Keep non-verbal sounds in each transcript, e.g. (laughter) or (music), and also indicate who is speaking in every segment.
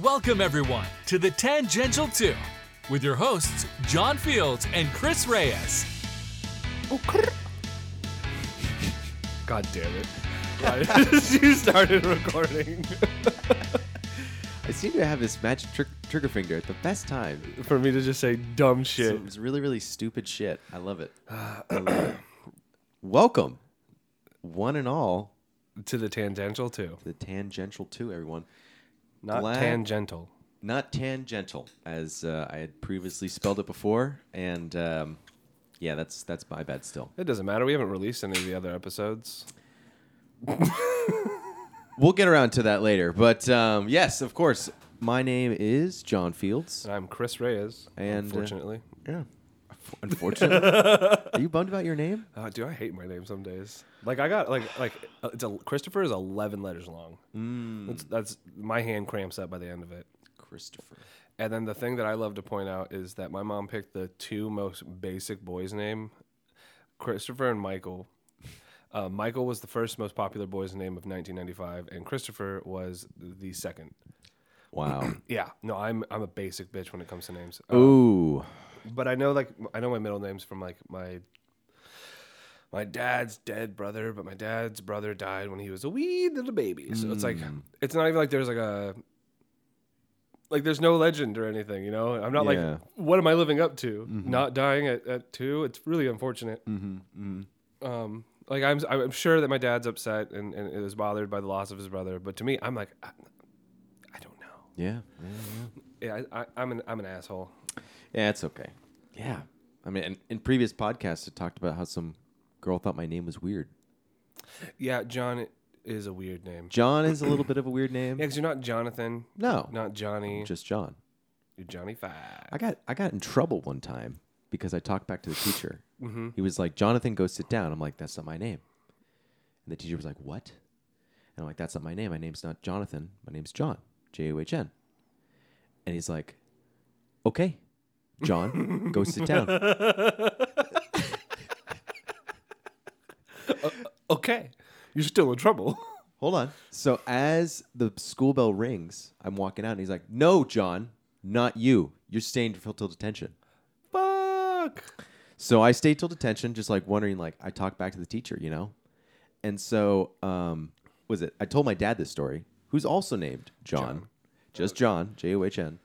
Speaker 1: Welcome, everyone, to the Tangential 2 with your hosts, John Fields and Chris Reyes.
Speaker 2: God damn it. Why did (laughs) you started recording?
Speaker 3: I seem to have this magic trick trigger finger at the best time.
Speaker 2: For me to just say dumb shit.
Speaker 3: It's really, really stupid shit. I love it. I love (clears throat) it. Welcome, one and all,
Speaker 2: to the tangential too.
Speaker 3: to the tangential two, everyone.
Speaker 2: Not
Speaker 3: Glad-
Speaker 2: tangential.
Speaker 3: Not tangential, as uh, I had previously spelled it before, and um, yeah, that's that's my bad still.
Speaker 2: It doesn't matter. We haven't released any of the other episodes.
Speaker 3: We'll get around to that later, but um, yes, of course. My name is John Fields.
Speaker 2: And I'm Chris Reyes,
Speaker 3: And, uh,
Speaker 2: unfortunately.
Speaker 3: Yeah. Unfortunately, are (laughs) you bummed about your name?
Speaker 2: Uh, dude, I hate my name some days. Like I got like like uh, it's a, Christopher is 11 letters long. Mm. That's, that's my hand cramps up by the end of it.
Speaker 3: Christopher.
Speaker 2: And then the thing that I love to point out is that my mom picked the two most basic boys' name, Christopher and Michael. Uh, Michael was the first most popular boy's name of 1995, and Christopher was the second.
Speaker 3: (clears throat) Wow.
Speaker 2: Yeah, no, I'm I'm a basic bitch when it comes to names. Uh,
Speaker 3: Ooh.
Speaker 2: but I know like I know my middle names from like my my dad's dead brother, but my dad's brother died when he was a wee little baby. So it's like it's not even like there's like a like there's no legend or anything, you know. I'm not
Speaker 3: Yeah.
Speaker 2: like what am I living up to? Not dying at, at two. It's really unfortunate. Um, like I'm I'm sure that my dad's upset and and is bothered by the loss of his brother, but to me, I'm like I, I don't know.
Speaker 3: Yeah. yeah.
Speaker 2: Yeah, I, I, I'm an I'm an asshole.
Speaker 3: Yeah, it's okay. Yeah. I mean, in, in previous podcasts, it talked about how some girl thought my name was weird.
Speaker 2: Yeah, John is a weird name.
Speaker 3: John is a little bit of a weird name.
Speaker 2: Yeah, because you're not Jonathan.
Speaker 3: No,
Speaker 2: Not Johnny.
Speaker 3: just John.
Speaker 2: you're Johnny Five.
Speaker 3: I got I got in trouble one time because I talked back to the teacher. He was like, "Jonathan, go sit down." I'm like, "That's not my name." And the teacher was like, "What?" And I'm like, "That's not my name. My name's not Jonathan. My name's John. J O H N." And he's like, "Okay, John, go sit down."
Speaker 2: Okay. You're still in trouble. (laughs)
Speaker 3: Hold on. So as the school bell rings, I'm walking out, and he's like, "No, John, not you. You're staying till till detention."
Speaker 2: Fuck.
Speaker 3: So I stayed till detention, just like wondering, like I talked back to the teacher, you know. And so, um, was it? I told my dad this story, who's also named John, just John, J O H N,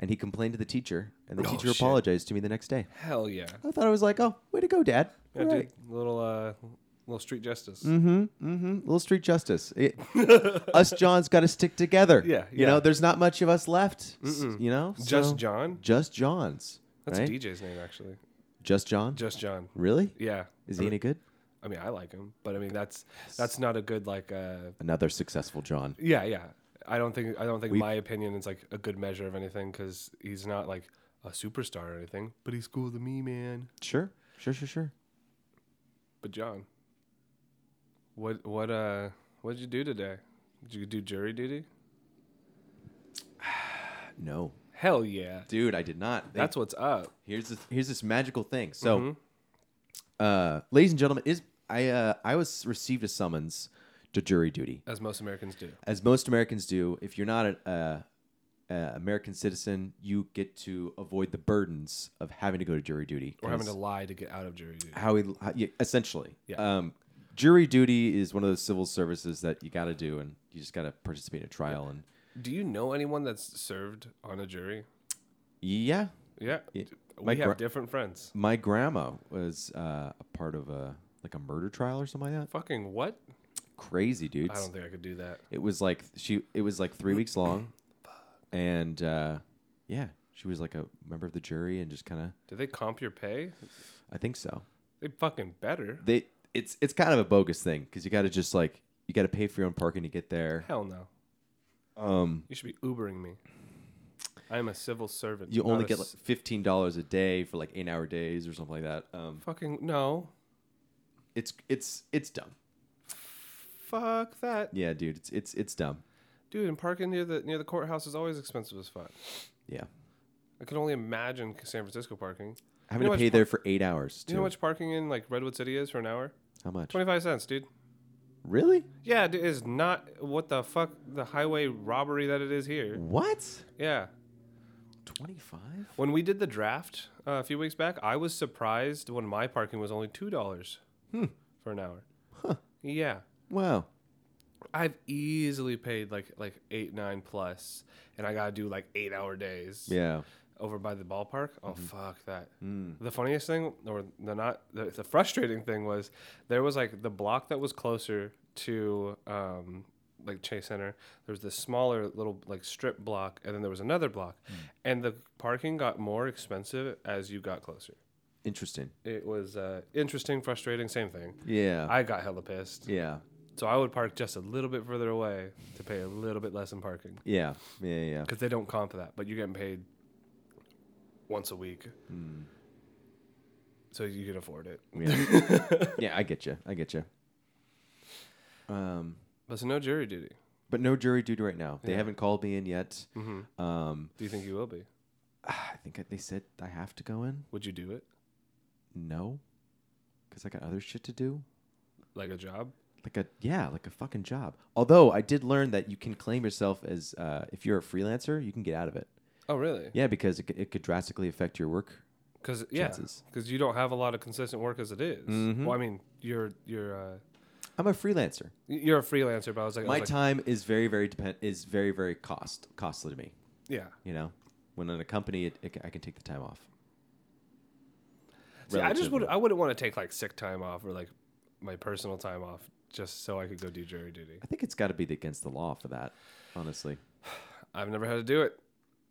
Speaker 3: and he complained to the teacher, and the
Speaker 2: Oh,
Speaker 3: teacher
Speaker 2: shit.
Speaker 3: apologized to me the next day.
Speaker 2: Hell yeah.
Speaker 3: I thought I was like, oh, way to go, Dad.
Speaker 2: yeah
Speaker 3: All
Speaker 2: dude,
Speaker 3: right.
Speaker 2: little uh little street justice.
Speaker 3: Mhm. Little street justice.
Speaker 2: (laughs)
Speaker 3: It- us Johns got to stick together.
Speaker 2: Yeah,
Speaker 3: You
Speaker 2: yeah.
Speaker 3: know, there's not much of us left. s- You know,
Speaker 2: Just
Speaker 3: So,
Speaker 2: John?
Speaker 3: Just Johns.
Speaker 2: That's
Speaker 3: right?
Speaker 2: a DJ's name actually.
Speaker 3: Just John.
Speaker 2: Just John.
Speaker 3: really?
Speaker 2: Yeah.
Speaker 3: Is he any good?
Speaker 2: I mean I like him, but I mean that's that's not a good like uh
Speaker 3: Another successful John.
Speaker 2: yeah, yeah. I don't think I don't think my opinion is like a good measure of anything because he's not like a superstar or anything, but he's cool to me, man.
Speaker 3: Sure, sure, sure, sure.
Speaker 2: But John, what what uh what did you do today? Did you do jury duty?
Speaker 3: No,
Speaker 2: Hell yeah.
Speaker 3: dude, I did not. They-
Speaker 2: That's what's up.
Speaker 3: here's this, here's this magical thing. So,
Speaker 2: Mm-hmm.
Speaker 3: uh, ladies and gentlemen, is I uh, I was received a summons to jury duty,
Speaker 2: As most Americans do.
Speaker 3: as most Americans do. If you're not an uh, uh, American citizen, you get to avoid the burdens of having to go to jury duty
Speaker 2: Or having to
Speaker 3: It's
Speaker 2: lie to get out of jury duty.
Speaker 3: how we how, yeah, essentially.
Speaker 2: Yeah.
Speaker 3: Um, jury duty is one of those civil services that you got to do, and you just got to participate in a trial. And
Speaker 2: Do you know anyone that's served on a jury?
Speaker 3: yeah,
Speaker 2: Yeah.
Speaker 3: Yeah.
Speaker 2: We
Speaker 3: My
Speaker 2: have
Speaker 3: gra-
Speaker 2: different friends.
Speaker 3: my grandma was uh, a part of a like a murder trial or something like that.
Speaker 2: Fucking what?
Speaker 3: Crazy dudes.
Speaker 2: I don't think I could do that.
Speaker 3: It was like she. It was like three weeks
Speaker 2: (clears throat)
Speaker 3: long, and uh, yeah, she was like a member of the jury and just kind of.
Speaker 2: Do they comp your pay?
Speaker 3: I think so.
Speaker 2: They fucking better.
Speaker 3: They. It's it's kind of a bogus thing because you got to just like you got to pay for your own parking to get there.
Speaker 2: Hell no.
Speaker 3: Um,
Speaker 2: You should be Ubering me. I am a civil servant.
Speaker 3: you
Speaker 2: not
Speaker 3: only
Speaker 2: a
Speaker 3: get like
Speaker 2: s-
Speaker 3: fifteen dollars a day for like eight hour days or something like that. Um,
Speaker 2: fucking no.
Speaker 3: it's it's it's dumb.
Speaker 2: Fuck that.
Speaker 3: Yeah, dude, it's it's it's dumb.
Speaker 2: Dude, and parking near the near the courthouse is always expensive as fuck.
Speaker 3: Yeah,
Speaker 2: I can only imagine San Francisco parking.
Speaker 3: having
Speaker 2: know
Speaker 3: to
Speaker 2: what's
Speaker 3: pay
Speaker 2: fu-
Speaker 3: there for eight hours.
Speaker 2: Do you
Speaker 3: too.
Speaker 2: know how much parking in like Redwood City is for an hour?
Speaker 3: How much?
Speaker 2: Twenty five cents, dude.
Speaker 3: Really?
Speaker 2: Yeah, it is not what the fuck the highway robbery that it is here.
Speaker 3: What?
Speaker 2: Yeah.
Speaker 3: 25?
Speaker 2: When we did the draft uh, a few weeks back, I was surprised when my parking was only two dollars for an hour. Yeah,
Speaker 3: Wow.
Speaker 2: I've easily paid like like eight nine plus, and I gotta do like eight hour days.
Speaker 3: Yeah.
Speaker 2: Over by the ballpark. Oh fuck that. The funniest thing, or the not the, the frustrating thing was there was like the block that was closer to um, like Chase Center. There was this smaller little like strip block, and then there was another block, and the parking got more expensive as you got closer.
Speaker 3: Interesting.
Speaker 2: It was uh, interesting, frustrating, same thing.
Speaker 3: Yeah.
Speaker 2: I got hella pissed.
Speaker 3: yeah.
Speaker 2: So I would park just a little bit further away to pay a little bit less in parking
Speaker 3: Yeah.
Speaker 2: (laughs)
Speaker 3: Yeah. Yeah.
Speaker 2: because they don't comp that, but you're getting paid once a week, so you can afford it.
Speaker 3: Hmm. Yeah. yeah. I get you. I get you. Um,
Speaker 2: But so no jury duty.
Speaker 3: but no jury duty right now. They haven't called me in yet.
Speaker 2: Mm-hmm.
Speaker 3: Um,
Speaker 2: Do you think you will be?
Speaker 3: I think they said I have to go in.
Speaker 2: Would you do it
Speaker 3: No, because I got other shit to do.
Speaker 2: like a job?
Speaker 3: like a yeah like a fucking job although i did learn that you can claim yourself as uh, if you're a freelancer you can get out of it
Speaker 2: Oh really?
Speaker 3: yeah because it, c- it could drastically affect your work
Speaker 2: Because yeah,
Speaker 3: Chances. Mm-hmm.
Speaker 2: because you don't have a lot of consistent work as it is. Well, I mean, you're you're uh,
Speaker 3: i'm a freelancer
Speaker 2: y- you're a freelancer, but I was like, I
Speaker 3: my
Speaker 2: was like,
Speaker 3: time is very very depend is very very cost costly to me
Speaker 2: yeah.
Speaker 3: you know when in a company it, it, ca- i can take the time off
Speaker 2: See, I just
Speaker 3: Relatively.
Speaker 2: would I wouldn't want to take like sick time off or like my personal time off just so I could go do jury duty.
Speaker 3: i think it's got to be against the law for that honestly
Speaker 2: I've never had to do it.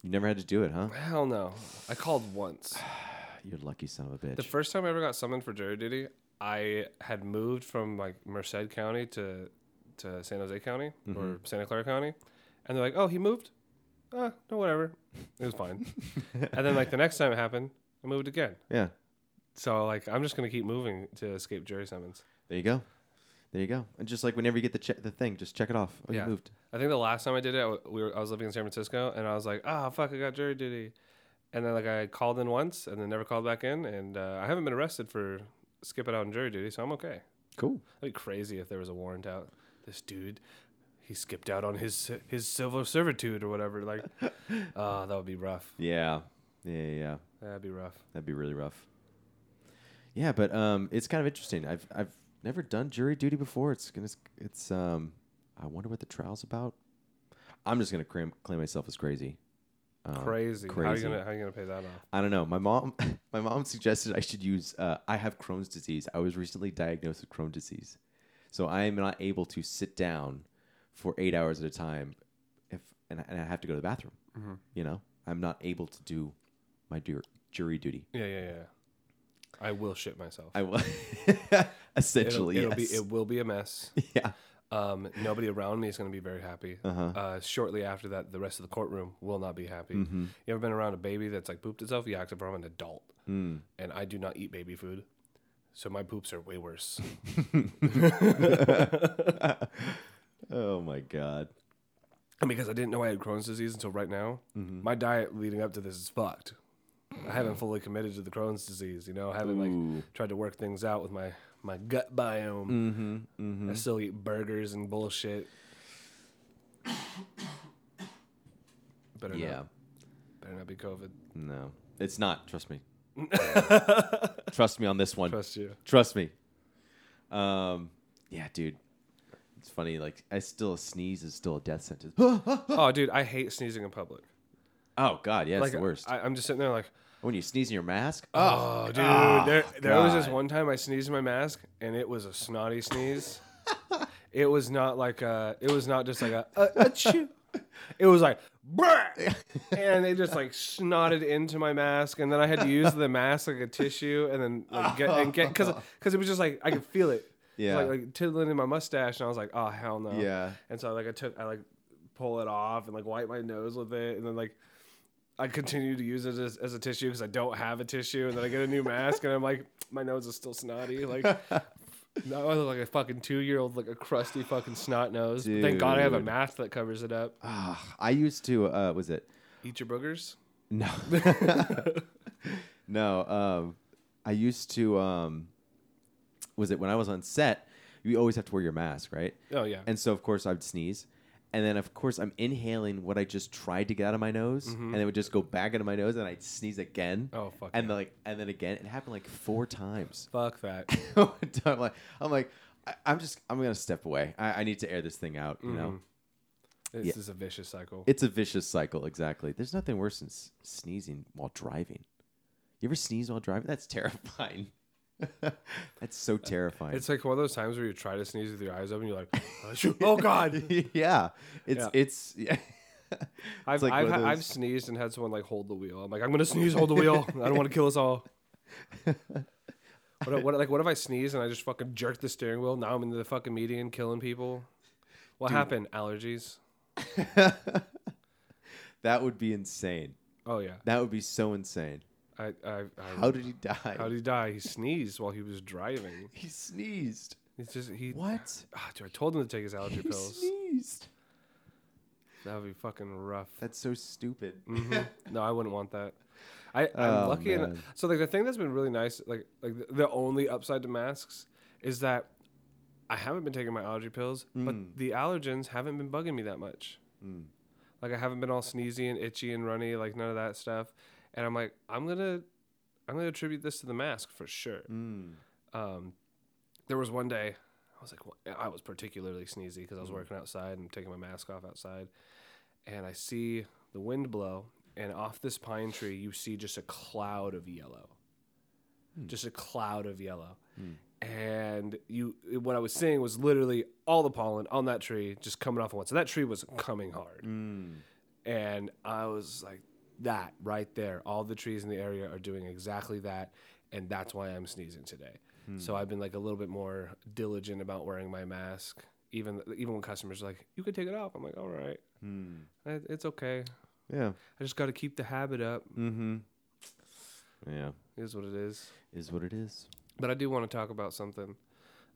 Speaker 3: you never had to do it huh
Speaker 2: Hell no. I called once.
Speaker 3: you're lucky son of a bitch
Speaker 2: The first time I ever got summoned for jury duty, I had moved from like Merced County to to San Jose County or Santa Clara County, and they're like, "Oh, he moved." Uh, no, whatever. It was fine. and then like the next time it happened, I moved again.
Speaker 3: yeah
Speaker 2: So like I'm just gonna keep moving to escape jury summons.
Speaker 3: there you go there you go and just like whenever you get the che- the thing just check it off oh
Speaker 2: Yeah.
Speaker 3: you moved
Speaker 2: I think the last time I did it, I, w- we were, I was living in San Francisco, and I was like, "Ah, fuck, I got jury duty," and then like I called in once, and then never called back in, and uh, I haven't been arrested for skipping out on jury duty, so I'm okay.
Speaker 3: cool
Speaker 2: That'd be crazy if there was a warrant out. This dude, he skipped out on his his civil servitude or whatever. Like,
Speaker 3: (laughs)
Speaker 2: ah, that would be rough.
Speaker 3: Yeah. Yeah, yeah, yeah.
Speaker 2: That'd be rough.
Speaker 3: That'd be really rough. Yeah, but um it's kind of interesting. I've I've never done jury duty before. It's gonna it's um I wonder what the trial's about. I'm just gonna claim, claim myself as crazy. Um,
Speaker 2: crazy. How are you
Speaker 3: crazy.
Speaker 2: gonna how you gonna pay that off?
Speaker 3: I don't know. My mom (laughs) my mom suggested I should use uh, I have Crohn's disease. I was recently diagnosed with Crohn's disease. So I am not able to sit down for 8 hours at a time if and, I- and I have to go to the bathroom.
Speaker 2: Mm-hmm.
Speaker 3: You know? I'm not able to do my jur- jury duty.
Speaker 2: Yeah, yeah, yeah. I will shit myself.
Speaker 3: I (laughs) will.
Speaker 2: it'll,
Speaker 3: Essentially,
Speaker 2: it'll
Speaker 3: yes.
Speaker 2: be it will be a mess.
Speaker 3: (laughs) yeah.
Speaker 2: Um, nobody around me is going to be very happy.
Speaker 3: Uh-huh.
Speaker 2: uh shortly after that, the rest of the courtroom will not be happy.
Speaker 3: Mm-hmm.
Speaker 2: You ever been around a baby that's like pooped itself? Yeah, except for I'm an adult,
Speaker 3: Hmm.
Speaker 2: and I do not eat baby food, so my poops are way worse.
Speaker 3: Oh my god.
Speaker 2: And because I didn't know I had Crohn's disease until right now,
Speaker 3: Mm-hmm.
Speaker 2: my diet leading up to this is fucked. I haven't fully committed to the Crohn's disease, you know. I haven't
Speaker 3: Mm. Ooh.
Speaker 2: like tried to work things out with my my gut biome. Mm-hmm, I still eat burgers and bullshit. Better
Speaker 3: Yeah.
Speaker 2: not, better not be COVID.
Speaker 3: No, it's not.
Speaker 2: (laughs)
Speaker 3: Trust me. Trust me on this one.
Speaker 2: Trust you.
Speaker 3: Trust me. Um. Yeah, dude. It's funny. Like, I still a sneeze is still a death sentence. (gasps) oh
Speaker 2: Oh, dude, I hate sneezing in public.
Speaker 3: God, yeah, it's
Speaker 2: Like
Speaker 3: the worst.
Speaker 2: I, I'm just sitting there like,
Speaker 3: when you sneeze in your mask.
Speaker 2: Oh, dude. there there was this
Speaker 3: God.
Speaker 2: one time I sneezed in my mask, and it was a snotty sneeze. (laughs) it was not like a. It was not just like a. a,
Speaker 3: (laughs)
Speaker 2: a chew. It was like, "Bruh," and they just like snotted into my mask, and then I had to use the mask like a tissue, and then like get and get because because it was just like I could feel it,
Speaker 3: Yeah.
Speaker 2: like, like tiddling in my mustache, and I was like, oh hell no,
Speaker 3: Yeah.
Speaker 2: and so like I took I like pull it off and like wipe my nose with it, and then like I continue to use it as, as a tissue because I don't have a tissue, and then I get a new mask, and I'm like, my nose is still snotty.
Speaker 3: (laughs)
Speaker 2: Like, now I look like a fucking two year old, like a crusty fucking snot nose. But Thank God I have a
Speaker 3: Dude.
Speaker 2: mask that covers it up.
Speaker 3: Ah, I used to. Uh, was it?
Speaker 2: Eat your boogers.
Speaker 3: No. no. Um, I used to. Um, was it when I was on set? you always have to wear your mask, right?
Speaker 2: Oh, yeah.
Speaker 3: And so of course I would sneeze. And then of course I'm inhaling what I just tried to get out of my nose, and it would just go back into my nose, and I'd sneeze again.
Speaker 2: Mm-hmm. Oh, fuck
Speaker 3: And
Speaker 2: yeah.
Speaker 3: then, like, and then again, it happened like four times.
Speaker 2: Fuck
Speaker 3: (laughs)
Speaker 2: that.
Speaker 3: I'm like, I'm like, I, I'm just, I'm gonna step away. I, I need to air this thing out. You
Speaker 2: Mm-hmm.
Speaker 3: know,
Speaker 2: This is a vicious cycle.
Speaker 3: it's a vicious cycle. Exactly. There's nothing worse than s- sneezing while driving. You ever sneeze while driving? That's terrifying. (laughs) That's so terrifying.
Speaker 2: It's like one of those times where you try to sneeze with your eyes open. You're like, oh
Speaker 3: (laughs)
Speaker 2: god.
Speaker 3: (laughs) yeah, it's
Speaker 2: Yeah.
Speaker 3: it's (laughs) yeah.
Speaker 2: I've
Speaker 3: like
Speaker 2: I've,
Speaker 3: one of
Speaker 2: had, I've
Speaker 3: those-
Speaker 2: sneezed and had someone like hold the wheel. I'm like, I'm gonna sneeze, hold the
Speaker 3: (laughs)
Speaker 2: wheel. I don't want to kill us all. What, if- what like what if I sneeze and I just fucking jerk the steering wheel? Now I'm in the fucking median killing people. What happened? Allergies.
Speaker 3: that would be insane.
Speaker 2: Oh yeah.
Speaker 3: That would be so insane.
Speaker 2: I I, I
Speaker 3: How did he die?
Speaker 2: how did he die? He sneezed while he was driving.
Speaker 3: (laughs) he sneezed?
Speaker 2: It's just he.
Speaker 3: What?
Speaker 2: Ah, dude, I told him to take his allergy
Speaker 3: (laughs) He
Speaker 2: pills.
Speaker 3: sneezed.
Speaker 2: That would be fucking rough.
Speaker 3: That's so stupid.
Speaker 2: Mm. Mm-hmm. No, I wouldn't want that. I, I'm
Speaker 3: Oh,
Speaker 2: lucky, and
Speaker 3: man.
Speaker 2: so like the thing that's been really nice, like like the- the only upside to masks is that I haven't been taking my allergy pills,
Speaker 3: Mm.
Speaker 2: but the allergens haven't been bugging me that much. Like I haven't been all sneezy and itchy and runny, like none of that stuff. And I'm like, I'm gonna, I'm gonna attribute this to the mask for sure.
Speaker 3: Mm.
Speaker 2: Um, there was one day I was like, well, I was particularly sneezy because I
Speaker 3: Mm.
Speaker 2: was working outside and taking my mask off outside, and I see the wind blow, and off this pine tree you see just a cloud of yellow, just a cloud of yellow, and you what I was seeing was literally all the pollen on that tree just coming off at once. So that tree was coming hard, and I was like, that right there, all the trees in the area are doing exactly that, and that's why I'm sneezing today. So I've been like a little bit more diligent about wearing my mask. Even even when customers are like, you can take it off. I'm like, all right, I- Eh, it's okay.
Speaker 3: Yeah.
Speaker 2: I just got to keep the habit up.
Speaker 3: Mm-hmm. Yeah.
Speaker 2: Is what it is.
Speaker 3: Is what it is.
Speaker 2: But I do want to talk about something.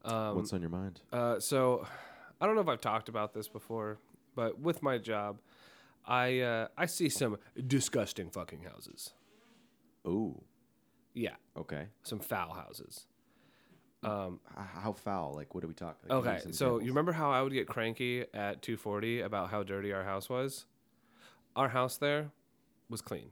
Speaker 2: Um,
Speaker 3: What's on your mind?
Speaker 2: uh, so I don't know if I've talked about this before, but with my job, I uh, I see some disgusting fucking houses.
Speaker 3: Oh.
Speaker 2: Yeah,
Speaker 3: Okay.
Speaker 2: some foul houses.
Speaker 3: H- how foul? Like, what do we talk? Like, give me
Speaker 2: Okay,
Speaker 3: some
Speaker 2: so
Speaker 3: examples.
Speaker 2: you remember how I would get cranky at 2:40 about how dirty our house was? Our house there was clean.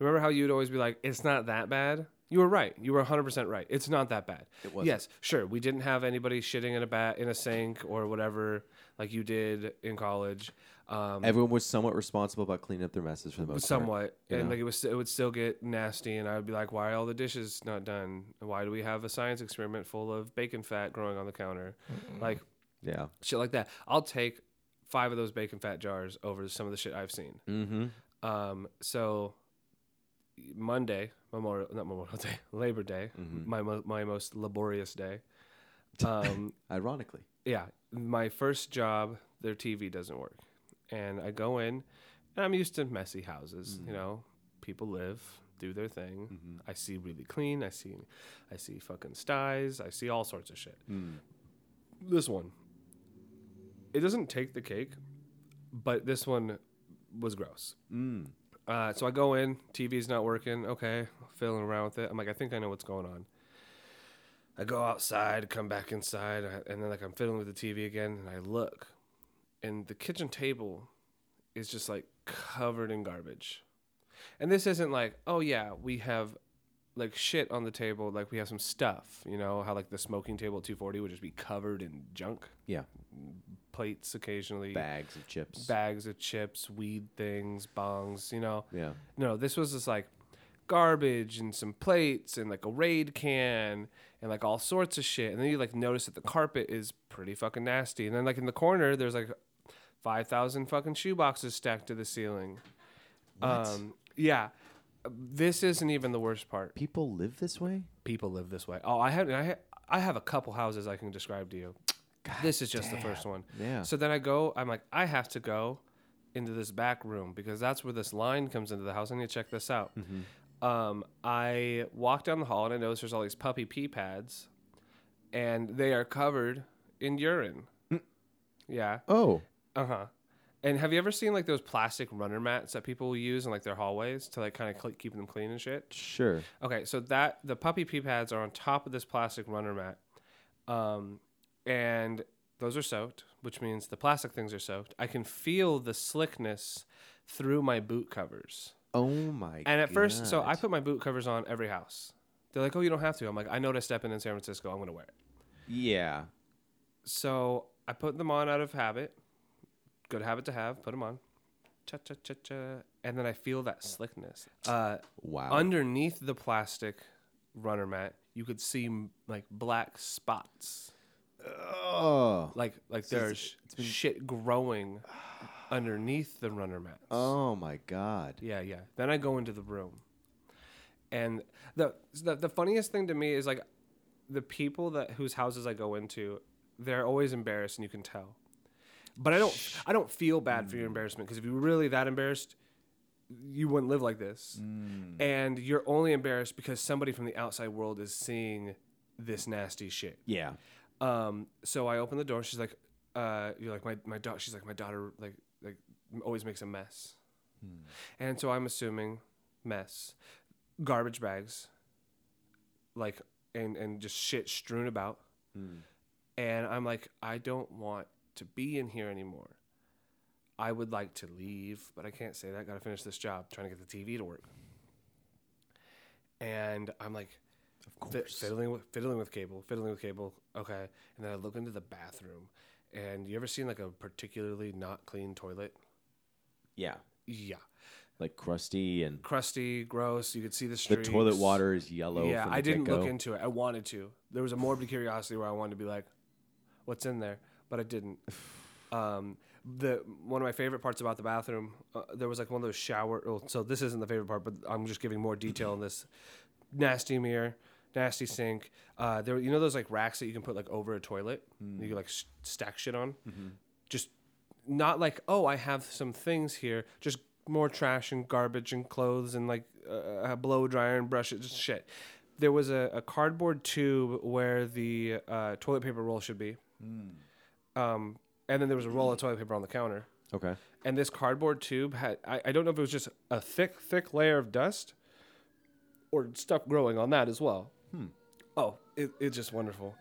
Speaker 2: Remember how you'd always be like, "It's not that bad." You were right. You were 100% right. It's not that bad. It
Speaker 3: wasn't.
Speaker 2: Yes, sure. We didn't have anybody shitting in a bat in a sink or whatever like you did in college. Um,
Speaker 3: everyone was somewhat responsible about cleaning up their messes for the most part.
Speaker 2: somewhat and like it was it would still get nasty and i would be like why are all the dishes not done why do we have a science experiment full of bacon fat growing on the counter like
Speaker 3: Yeah.
Speaker 2: shit like that i'll take five of those bacon fat jars over some of the shit i've seen
Speaker 3: Mm-hmm.
Speaker 2: um so monday memorial not memorial day (laughs) labor day my, mo- my most laborious day um
Speaker 3: Ironically.
Speaker 2: yeah, my first job, their TV doesn't work. And I go in, and I'm used to messy houses. You know, people live, do their thing. I see really clean. I see, I see fucking styes. I see all sorts of shit. This one, it doesn't take the cake, but this one was gross. Uh, so I go in, TV's not working. Okay, fiddling around with it. I'm like, I think I know what's going on. I go outside, come back inside, I- and then like I'm fiddling with the TV again, and I look, and the kitchen table is just like covered in garbage. And this isn't like, oh yeah, we have like shit on the table, like we have some stuff, you know, how like the smoking table at 240 would just be covered in junk,
Speaker 3: Yeah.
Speaker 2: plates occasionally,
Speaker 3: Bags of chips.
Speaker 2: bags of chips, weed things, bongs, you know.
Speaker 3: yeah.
Speaker 2: No, this was just like garbage and some plates and like a raid can and like all sorts of shit. And then you like notice that the carpet is pretty fucking nasty. And then like in the corner, there's like five thousand fucking shoe boxes stacked to the ceiling. Um, yeah. This isn't even the worst part.
Speaker 3: People live this way.
Speaker 2: People live this way. Oh, I have, I have, I have a couple houses I can describe to you. this is just the first one.
Speaker 3: Yeah.
Speaker 2: So then I go, I'm like, I have to go into this back room because that's where this line comes into the house. I need to check this out. Um, I walk down the hall and I notice there's all these puppy pee pads and they are covered in urine. yeah.
Speaker 3: Oh.
Speaker 2: Uh huh. And have you ever seen like those plastic runner mats that people use in like their hallways to like kind of cl- keep them clean and shit?
Speaker 3: Sure.
Speaker 2: Okay, so that the puppy pee pads are on top of this plastic runner mat, um, and those are soaked, which means the plastic things are soaked. I can feel the slickness through my boot covers.
Speaker 3: Oh my!
Speaker 2: And at first, so
Speaker 3: God.
Speaker 2: I put my boot covers on every house. They're like, "Oh, you don't have to." I'm like, "I know to step in in San Francisco. I'm gonna wear it."
Speaker 3: yeah,
Speaker 2: So I put them on out of habit. Good habit to have. Put them on. Cha cha cha cha. And then I feel that slickness. Uh,
Speaker 3: wow.
Speaker 2: Underneath the plastic runner mat, you could see m- like black spots.
Speaker 3: oh,
Speaker 2: Like like there's shit growing underneath the runner mats.
Speaker 3: oh my God!
Speaker 2: Yeah, yeah. Then I go into the room, and the the, the funniest thing to me is like the people that whose houses I go into, they're always embarrassed, and you can tell. But I don't I don't feel bad for your embarrassment because if you were really that embarrassed, you wouldn't live like this, and you're only embarrassed because somebody from the outside world is seeing this nasty shit.
Speaker 3: Yeah,
Speaker 2: Um, so I open the door. She's like, uh, you're like my my daughter. She's like my daughter. Like like always makes a mess. And so I'm assuming mess, garbage bags, like and and just shit strewn about. And I'm like, I don't want to be in here anymore. I would like to leave, but I can't say that. Got to finish this job. Trying to get the TV to work. And I'm like,
Speaker 3: of
Speaker 2: Fi- fiddling with fiddling with cable, fiddling with cable. Okay, and then I look into the bathroom, and you ever seen like a particularly not clean toilet?
Speaker 3: Yeah,
Speaker 2: Yeah,
Speaker 3: like crusty and
Speaker 2: crusty, gross. You could see the
Speaker 3: the
Speaker 2: streaks.
Speaker 3: toilet water is yellow.
Speaker 2: Yeah,
Speaker 3: from the
Speaker 2: I didn't
Speaker 3: get-go.
Speaker 2: look into it. I wanted to. There was a morbid curiosity where I wanted to be like, "What's in there?" But I didn't. Um, the one of my favorite parts about the bathroom, uh, there was like one of those shower. oh, So this isn't the favorite part, but I'm just giving more detail on this. Nasty mirror, nasty sink. Uh, there, you know those like racks that you can put like over a toilet. You can like s- stack shit on. Just not like oh I have some things here. Just more trash and garbage and clothes and like uh, a blow dryer and brushes, just shit. There was a, a cardboard tube where the uh, toilet paper roll should be. Um, and then there was a roll of toilet paper on the counter.
Speaker 3: Okay.
Speaker 2: And this cardboard tube had, I, I don't know if it was just a thick, thick layer of dust or stuff growing on that as well.
Speaker 3: Hmm.
Speaker 2: Oh, it, it's just wonderful.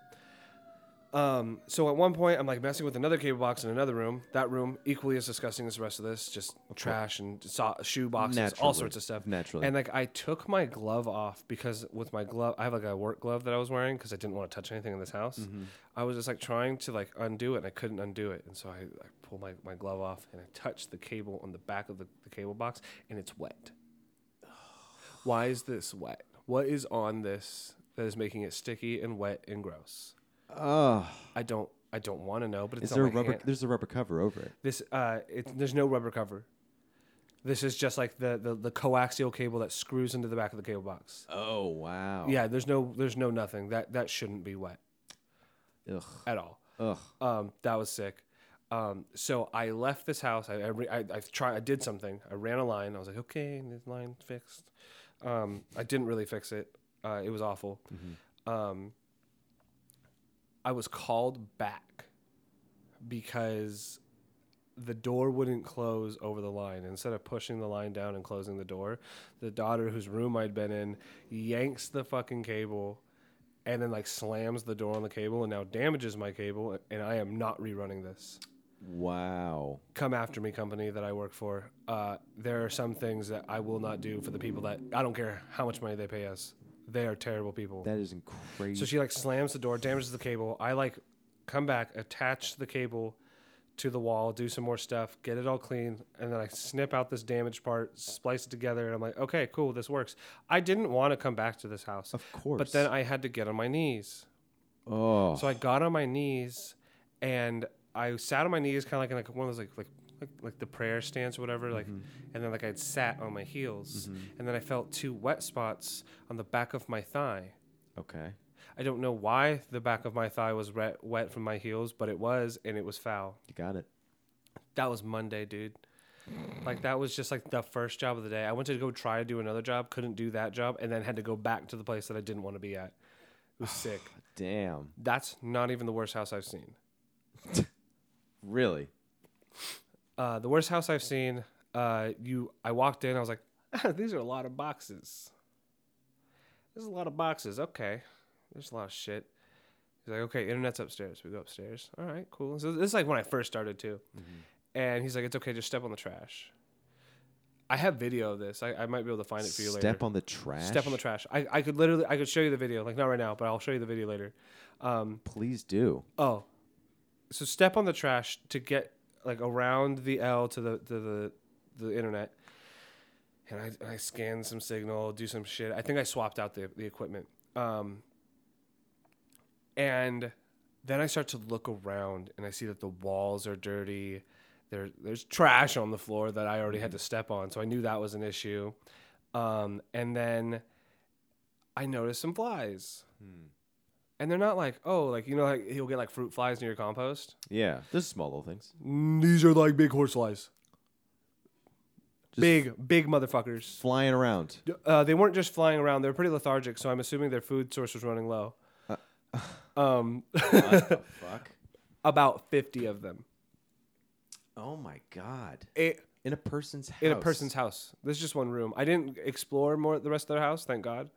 Speaker 2: Um, so at one point, I'm like messing with another cable box in another room. That room, equally as disgusting as the rest of this, just trash and so- shoe boxes, all
Speaker 3: Naturally.
Speaker 2: sorts of stuff.
Speaker 3: Naturally.
Speaker 2: And like I took my glove off because with my glove, I have like a work glove that I was wearing because I didn't want to touch anything in this house.
Speaker 3: Mm-hmm.
Speaker 2: I was just like trying to like undo it and I couldn't undo it. And so I, I pulled my, my glove off and I touched the cable on the back of the, the cable box and it's wet. Why is this wet? What is on this that is making it sticky and wet and gross?
Speaker 3: Oh,
Speaker 2: I don't I don't want to know, but it's
Speaker 3: is
Speaker 2: on
Speaker 3: there a
Speaker 2: my
Speaker 3: rubber?
Speaker 2: hand.
Speaker 3: There's a rubber cover over it.
Speaker 2: This uh, it, there's no rubber cover. This is just like the, the the coaxial cable that screws into the back of the cable box.
Speaker 3: Oh wow.
Speaker 2: Yeah, there's no there's no nothing that that shouldn't be wet
Speaker 3: Ugh.
Speaker 2: at all.
Speaker 3: Ugh.
Speaker 2: Um, that was sick. Um, so I left this house. I I, re- I I tried. I did something. I ran a line. I was like, okay, this line fixed. Um, I didn't really fix it. Uh, it was awful. Um, I was called back because the door wouldn't close over the line. Instead of pushing the line down and closing the door, the daughter whose room I'd been in yanks the fucking cable and then like slams the door on the cable and now damages my cable and I am not rerunning this.
Speaker 3: Wow.
Speaker 2: Come after me company that I work for. Uh, there are some things that I will not do for the people that I don't care how much money they pay us. They are terrible people.
Speaker 3: That is
Speaker 2: So
Speaker 3: crazy.
Speaker 2: she like slams the door, damages the cable. I like come back, attach the cable to the wall, do some more stuff, get it all clean, and then I snip out this damaged part, splice it together, and I'm like, okay, cool, this works. I didn't want to come back to this house.
Speaker 3: Of course.
Speaker 2: But then I had to get on my knees.
Speaker 3: oh.
Speaker 2: So I got on my knees and I sat on my knees kind of like in like one of those like like like, like the prayer stance or whatever like
Speaker 3: Mm-hmm.
Speaker 2: and then like I'd sat on my heels and then I felt two wet spots on the back of my thigh.
Speaker 3: okay.
Speaker 2: I don't know why the back of my thigh was wet, wet from my heels, but it was, and it was foul.
Speaker 3: You got it.
Speaker 2: That was Monday, dude. Like that was just like the first job of the day. I went to go try to do another job, couldn't do that job, and then had to go back to the place that I didn't want to be at. It was sick.
Speaker 3: Damn.
Speaker 2: That's not even the worst house I've seen.
Speaker 3: Really?
Speaker 2: Uh, the worst house I've seen. Uh, you, I walked in. I was like, (laughs) these are a lot of boxes. There's a lot of boxes. Okay, there's a lot of shit. He's like, okay, internet's upstairs. We go upstairs. All right, cool. So this is like when I first started too.
Speaker 3: Mm-hmm.
Speaker 2: And he's like, it's okay, just step on the trash. I have video of this. I, I might be able to find it for you later.
Speaker 3: Step on the trash.
Speaker 2: Step on the trash. I, I could literally I could show you the video, like not right now, but I'll show you the video later. Um,
Speaker 3: Please do.
Speaker 2: oh, so step on the trash to get like around the L to the to the the internet, and I I scan some signal, do some shit. I think I swapped out the the equipment. Um, and then I start to look around and I see that the walls are dirty. There, there's trash on the floor that I already had to step on, so I knew that was an issue. Um, and then I noticed some flies, and they're not like oh, like you know, like you'll get like fruit flies near your compost.
Speaker 3: Yeah, those small little things.
Speaker 2: Mm, These are like big horse flies,
Speaker 3: Just
Speaker 2: big big motherfuckers.
Speaker 3: flying around.
Speaker 2: Uh, they weren't just flying around; they were pretty lethargic. So I'm assuming their food source was running low. um,
Speaker 3: What the fuck?
Speaker 2: about 50 of them.
Speaker 3: Oh my god!
Speaker 2: It,
Speaker 3: In a person's house.
Speaker 2: in a person's house. This is just one room. I didn't explore more the rest of their house, thank God.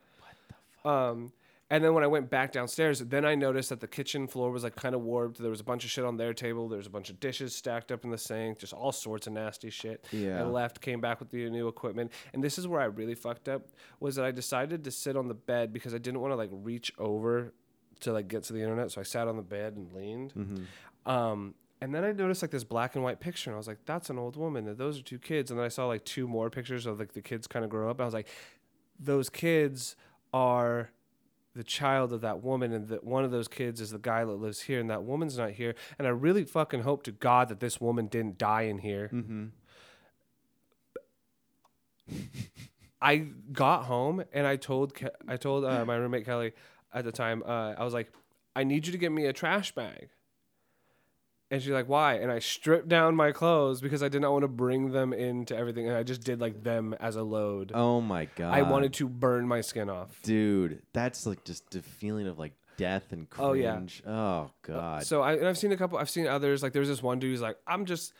Speaker 2: Um, and then when I went back downstairs, then I noticed that the kitchen floor was like kind of warped. There was a bunch of shit on their table. There was a bunch of dishes stacked up in the sink, just all sorts of nasty shit.
Speaker 3: Yeah.
Speaker 2: I left, came back with the new equipment, and this is where I really fucked up. Was that I decided to sit on the bed because I didn't want to like reach over to like get to the internet, so I sat on the bed and leaned. Um, and then I noticed like this black and white picture, and I was like, "That's an old woman. And those are two kids." And then I saw like two more pictures of like the kids kind of grow up. I was like, "Those kids are the child of that woman, and that one of those kids is the guy that lives here, and that woman's not here." And I really fucking hope to God that this woman didn't die in here.
Speaker 3: Mm-hmm.
Speaker 2: I got home and I told Ke- I told uh, my roommate Kelly at the time uh, I was like, "I need you to get me a trash bag." And she's like, "Why?" And I stripped down my clothes because I did not want to bring them into everything, and I just did like them as a load.
Speaker 3: Oh my god!
Speaker 2: I wanted to burn my skin off.
Speaker 3: dude. That's like just the feeling of like death and
Speaker 2: Oh, yeah.
Speaker 3: cringe. Oh, god.
Speaker 2: So I and I've seen a couple. I've seen others. Like there's this one dude who's like, "I'm just."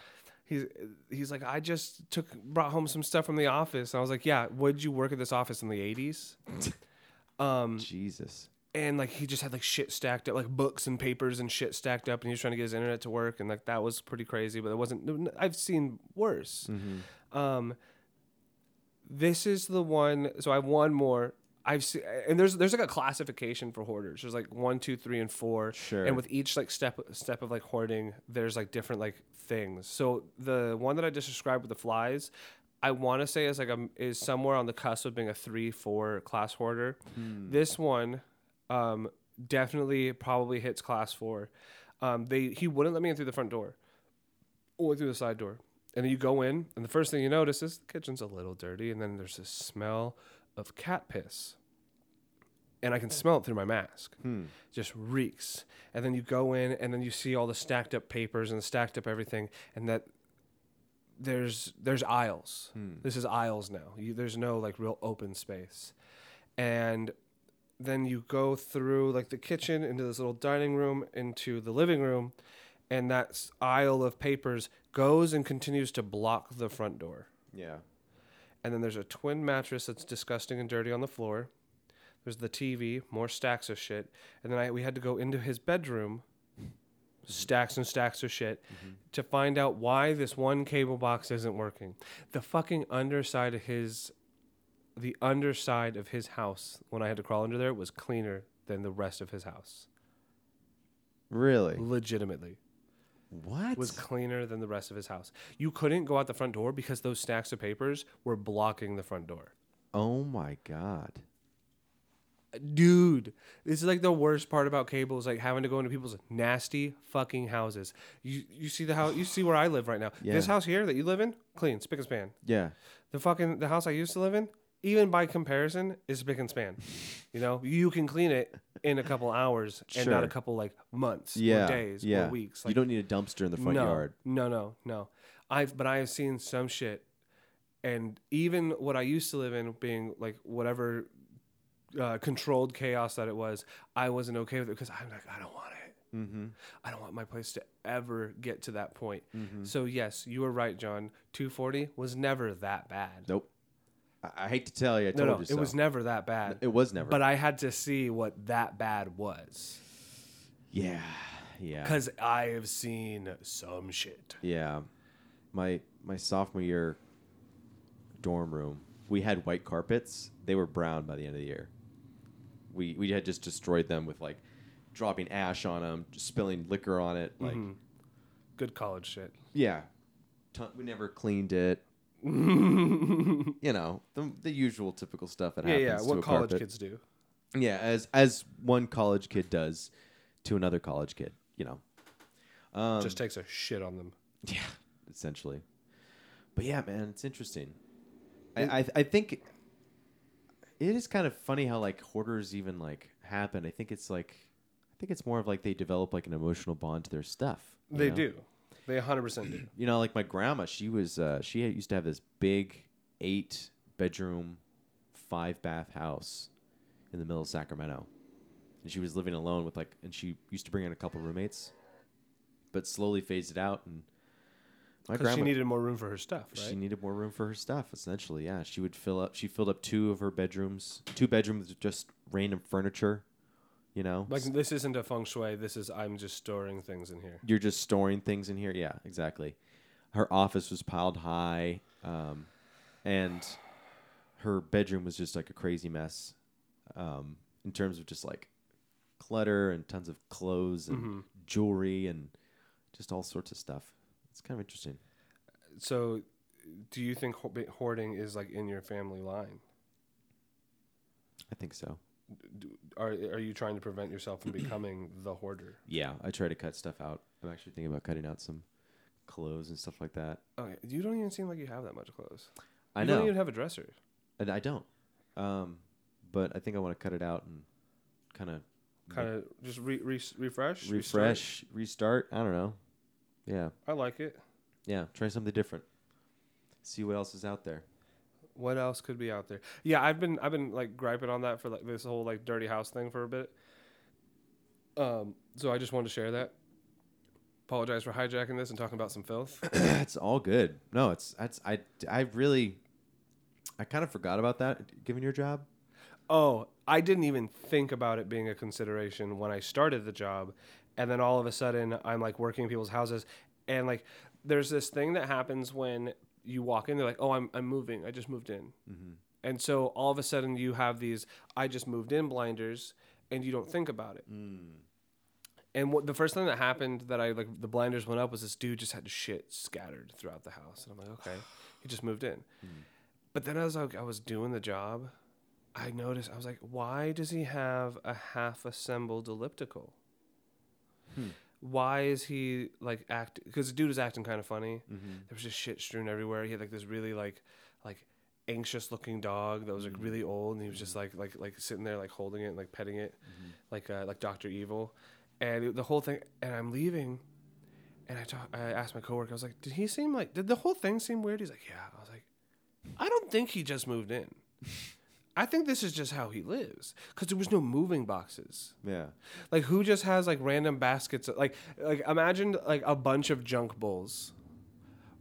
Speaker 2: He's, he's like I just took brought home some stuff from the office and I was like yeah would you work at this office in the 80s
Speaker 3: Jesus.
Speaker 2: and like he just had like shit stacked up, like books and papers and shit stacked up, and he was trying to get his internet to work, and like that was pretty crazy. But it wasn't. I've seen worse. Um, this is the one. So I have one more. I've seen, and there's there's like a classification for hoarders. There's like one, two, three, and four.
Speaker 3: Sure.
Speaker 2: And with each like step step of like hoarding, there's like different like things. So the one that I just described with the flies, I want to say is like a is somewhere on the cusp of being a three, four class hoarder. This one, um, definitely probably hits class four. Um, they he wouldn't let me in through the front door only through the side door. And then you go in, and the first thing you notice is the kitchen's a little dirty, and then there's this smell of cat piss. And I can smell it through my mask. Just reeks. And then you go in, and then you see all the stacked up papers and stacked up everything, and that there's there's aisles. This is aisles now. You, there's no like real open space, and then you go through like the kitchen into this little dining room into the living room, and that s- aisle of papers goes and continues to block the front door.
Speaker 3: Yeah.
Speaker 2: And then there's a twin mattress that's disgusting and dirty on the floor. There's the TV, more stacks of shit. And then I, we had to go into his bedroom, stacks and stacks of shit, to find out why this one cable box isn't working. The fucking underside of his, the underside of his house, when I had to crawl under there, was cleaner than the rest of his house.
Speaker 3: Really?
Speaker 2: Legitimately.
Speaker 3: What?
Speaker 2: was cleaner than the rest of his house. You couldn't go out the front door because those stacks of papers were blocking the front door.
Speaker 3: oh my god.
Speaker 2: Dude, this is like the worst part about cable is like having to go into people's nasty fucking houses. You you see the house you see where I live right now. This
Speaker 3: Yeah.
Speaker 2: house here that you live in, clean, spick and span.
Speaker 3: Yeah.
Speaker 2: The fucking the house I used to live in, even by comparison, is spick and
Speaker 3: (laughs)
Speaker 2: span. you know, you can clean it in a couple hours and not
Speaker 3: Sure.
Speaker 2: a couple like months
Speaker 3: Yeah.
Speaker 2: or days
Speaker 3: yeah.
Speaker 2: or weeks.
Speaker 3: you
Speaker 2: Like,
Speaker 3: don't need a dumpster in the front
Speaker 2: no,
Speaker 3: yard.
Speaker 2: No, no, no. I've but I have seen some shit, and even what I used to live in, being like whatever uh, controlled chaos that it was, I wasn't okay with it because I'm like I don't want it.
Speaker 3: Mm-hmm.
Speaker 2: I don't want my place to ever get to that point.
Speaker 3: Mm-hmm.
Speaker 2: So yes, you were right, John. 240 was never that bad.
Speaker 3: Nope. I, I hate to tell you, I
Speaker 2: no,
Speaker 3: told
Speaker 2: no,
Speaker 3: you
Speaker 2: it
Speaker 3: so.
Speaker 2: was never that bad.
Speaker 3: It was never.
Speaker 2: But I had to see what that bad was.
Speaker 3: Yeah. Yeah.
Speaker 2: Because I have seen some shit.
Speaker 3: Yeah. My my sophomore year dorm room, we had white carpets. They were brown by the end of the year. We we had just destroyed them with like dropping ash on them, spilling liquor on it, like
Speaker 2: Mm-hmm. Good college shit.
Speaker 3: yeah. Ton- we never
Speaker 2: (laughs)
Speaker 3: cleaned it. you know, the, the usual typical stuff that
Speaker 2: Yeah,
Speaker 3: happens
Speaker 2: yeah.
Speaker 3: to
Speaker 2: What
Speaker 3: a
Speaker 2: college
Speaker 3: carpet.
Speaker 2: kids do.
Speaker 3: Yeah, as as one college kid does to another college kid, you know.
Speaker 2: just takes a shit on them.
Speaker 3: Yeah, essentially. But yeah, man, it's interesting. I I, I think it is kind of funny how like hoarders even like happen. I think it's like I think it's more of like they develop like an emotional bond to their stuff. you
Speaker 2: They
Speaker 3: know?
Speaker 2: do. They 100% do.
Speaker 3: You know, like my grandma, she was uh, she had, used to have this big eight bedroom, five bath house in the middle of Sacramento, and she was living alone with like, and she used to bring in a couple roommates, but slowly phased it out and. My
Speaker 2: 'Cause she needed more room for her stuff, right?
Speaker 3: she needed more room for her stuff essentially yeah she would fill up she filled up two of her bedrooms two bedrooms with just random furniture you know
Speaker 2: like,
Speaker 3: S-
Speaker 2: this isn't a feng shui. This is, I'm just storing things in here.
Speaker 3: you're just storing things in here yeah exactly her office was piled high um, and her bedroom was just like a crazy mess um, in terms of just like clutter and tons of clothes and
Speaker 2: Mm-hmm.
Speaker 3: jewelry and just all sorts of stuff it's kind of interesting
Speaker 2: So, do you think ho- hoarding is like in your family line?
Speaker 3: i think so
Speaker 2: Are, are you trying to prevent yourself from becoming the hoarder?
Speaker 3: Yeah, I try to cut stuff out. I'm actually thinking about cutting out some clothes and stuff like that.
Speaker 2: Okay, Oh, you don't even seem like you have that much clothes.
Speaker 3: I
Speaker 2: you
Speaker 3: know,
Speaker 2: don't even have a dresser.
Speaker 3: and I don't. Um, but I think I want to cut it out and kind of
Speaker 2: Kind of just re- re- refresh. restart.
Speaker 3: refresh, restart. I don't know. Yeah,
Speaker 2: I like it.
Speaker 3: yeah. Try something different. See what else is out (clears throat) there.
Speaker 2: What else could be out there? Yeah, I've been I've been like griping on that for like this whole like dirty house thing for a bit. Um, so I just wanted to share that. Apologize for hijacking this and talking about some filth.
Speaker 3: That's all good. No, it's that's I I really I kind of forgot about that given your job.
Speaker 2: oh, I didn't even think about it being a consideration when I started the job, and then all of a sudden I'm like working in people's houses, and like there's this thing that happens when you walk in. They're like, "Oh, I'm I'm moving. I just moved in," and so all of a sudden you have these "I just moved in" blinders, and you don't think about it. And what the first thing that happened that I like the blinders went up was this dude just had shit scattered throughout the house, and I'm like, okay, he just moved in. But then as I, I was doing the job, I noticed I was like, why does he have a half assembled elliptical? Why is he like act? Because the dude was acting kind of funny. There was just shit strewn everywhere. He had like this really like like anxious looking dog that was like really old, and he was just like like like sitting there like holding it, and, like petting it, like uh, like Doctor Evil, and it- the whole thing. And I'm leaving, and I talk, I asked my coworker. I was like, did he seem like? Did the whole thing seem weird? He's like, yeah. I was like, I don't think he just moved in. I think this is just how he lives because there was no moving boxes.
Speaker 3: Yeah,
Speaker 2: Like who just has like random baskets? Like like imagine like a bunch of junk bowls,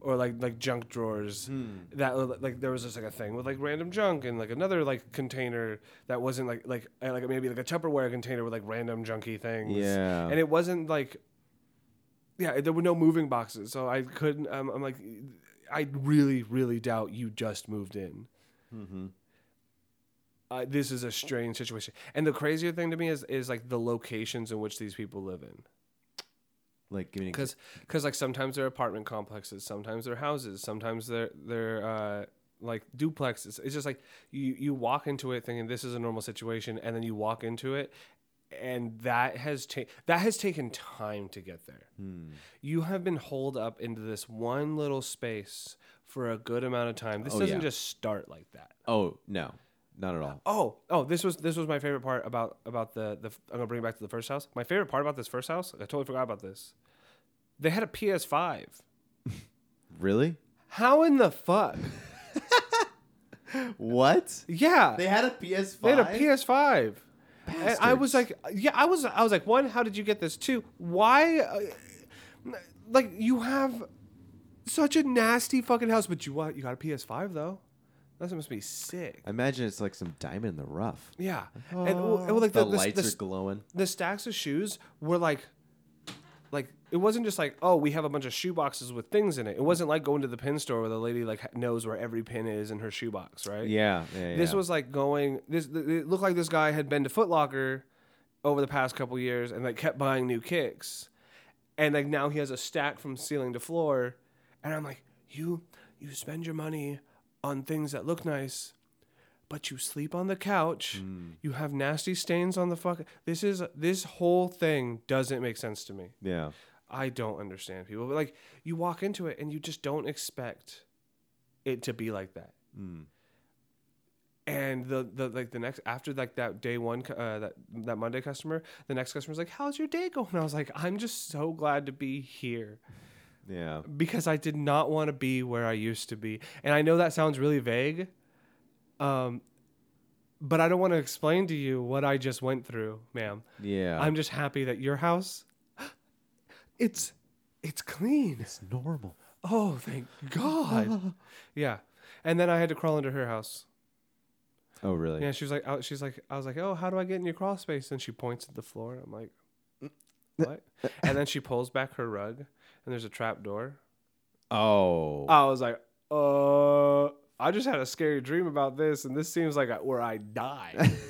Speaker 2: or like like junk drawers that like there was just like a thing with like random junk and like another like container that wasn't like like uh, like maybe like a Tupperware container with like random junky things.
Speaker 3: Yeah.
Speaker 2: and it wasn't like yeah there were no moving boxes, so I couldn't. Um, I'm like I really really doubt you just moved in uh, this is a strange situation. And the crazier thing to me is is like the locations in which these people live in.
Speaker 3: like giving
Speaker 2: Because because like sometimes they're apartment complexes, sometimes they're houses, sometimes they're they're uh, like duplexes. It's just like you you walk into it thinking this is a normal situation, and then you walk into it, and that has ta- that has taken time to get there.
Speaker 3: Hmm.
Speaker 2: You have been holed up into this one little space for a good amount of time. This
Speaker 3: Oh,
Speaker 2: doesn't
Speaker 3: yeah.
Speaker 2: just start like that.
Speaker 3: oh no, not at all.
Speaker 2: Oh, oh, this was this was my favorite part about about the the. I'm gonna bring it back to the first house. My favorite part about this first house, I totally forgot about this. They had a PS5.
Speaker 3: Really?
Speaker 2: How in the fuck?
Speaker 3: (laughs) What?
Speaker 2: Yeah,
Speaker 3: They
Speaker 2: they,
Speaker 3: had a PS5.
Speaker 2: had a PS5. And I was like, yeah, I was I was like, one, how did you get this? Two, why? Uh, like you have such a nasty fucking house, but you want you got a PS5 though. That must be sick.
Speaker 3: imagine it's like some diamond in the rough.
Speaker 2: Yeah, and well, and, well, like
Speaker 3: the,
Speaker 2: the, the,
Speaker 3: lights
Speaker 2: the,
Speaker 3: are glowing.
Speaker 2: the stacks of shoes were like, like it wasn't just like oh we have a bunch of shoe boxes with things in it. It wasn't like going to the pin store where the lady like ha- knows where every pin is in her shoe box, right?
Speaker 3: Yeah, yeah,
Speaker 2: This
Speaker 3: yeah.
Speaker 2: was like going. This th- it looked like this guy had been to Foot Locker over the past couple years and like kept buying new kicks, and like now he has a stack from ceiling to floor, and I'm like, you you spend your money on things that look nice, but you sleep on the couch,
Speaker 3: Mm.
Speaker 2: you have nasty stains on the fuck. This is this whole thing doesn't make sense to me.
Speaker 3: yeah.
Speaker 2: I don't understand people, but like you walk into it and you just don't expect it to be like that. And the the like the next after like that day one cu- uh, that that Monday customer, the next customer's like, "How's your day going?" I was like, "I'm just so glad to be here
Speaker 3: Yeah.
Speaker 2: because I did not want to be where I used to be." And I know that sounds really vague, um, but I don't want to explain to you what I just went through, ma'am.
Speaker 3: Yeah.
Speaker 2: I'm just happy that your house (gasps) it's it's clean.
Speaker 3: it's normal.
Speaker 2: Oh, thank (laughs) God. yeah. And then I had to crawl into her house.
Speaker 3: Oh, really?
Speaker 2: Yeah, she was like I- she's like I was like, "Oh, how do I get in your crawl space?" And she points at the floor. I'm (laughs) like, "What?" and then she pulls back her rug and there's a trap door.
Speaker 3: Oh.
Speaker 2: I was like, "Uh, I just had a scary dream about this and this seems like I, where I die." (laughs)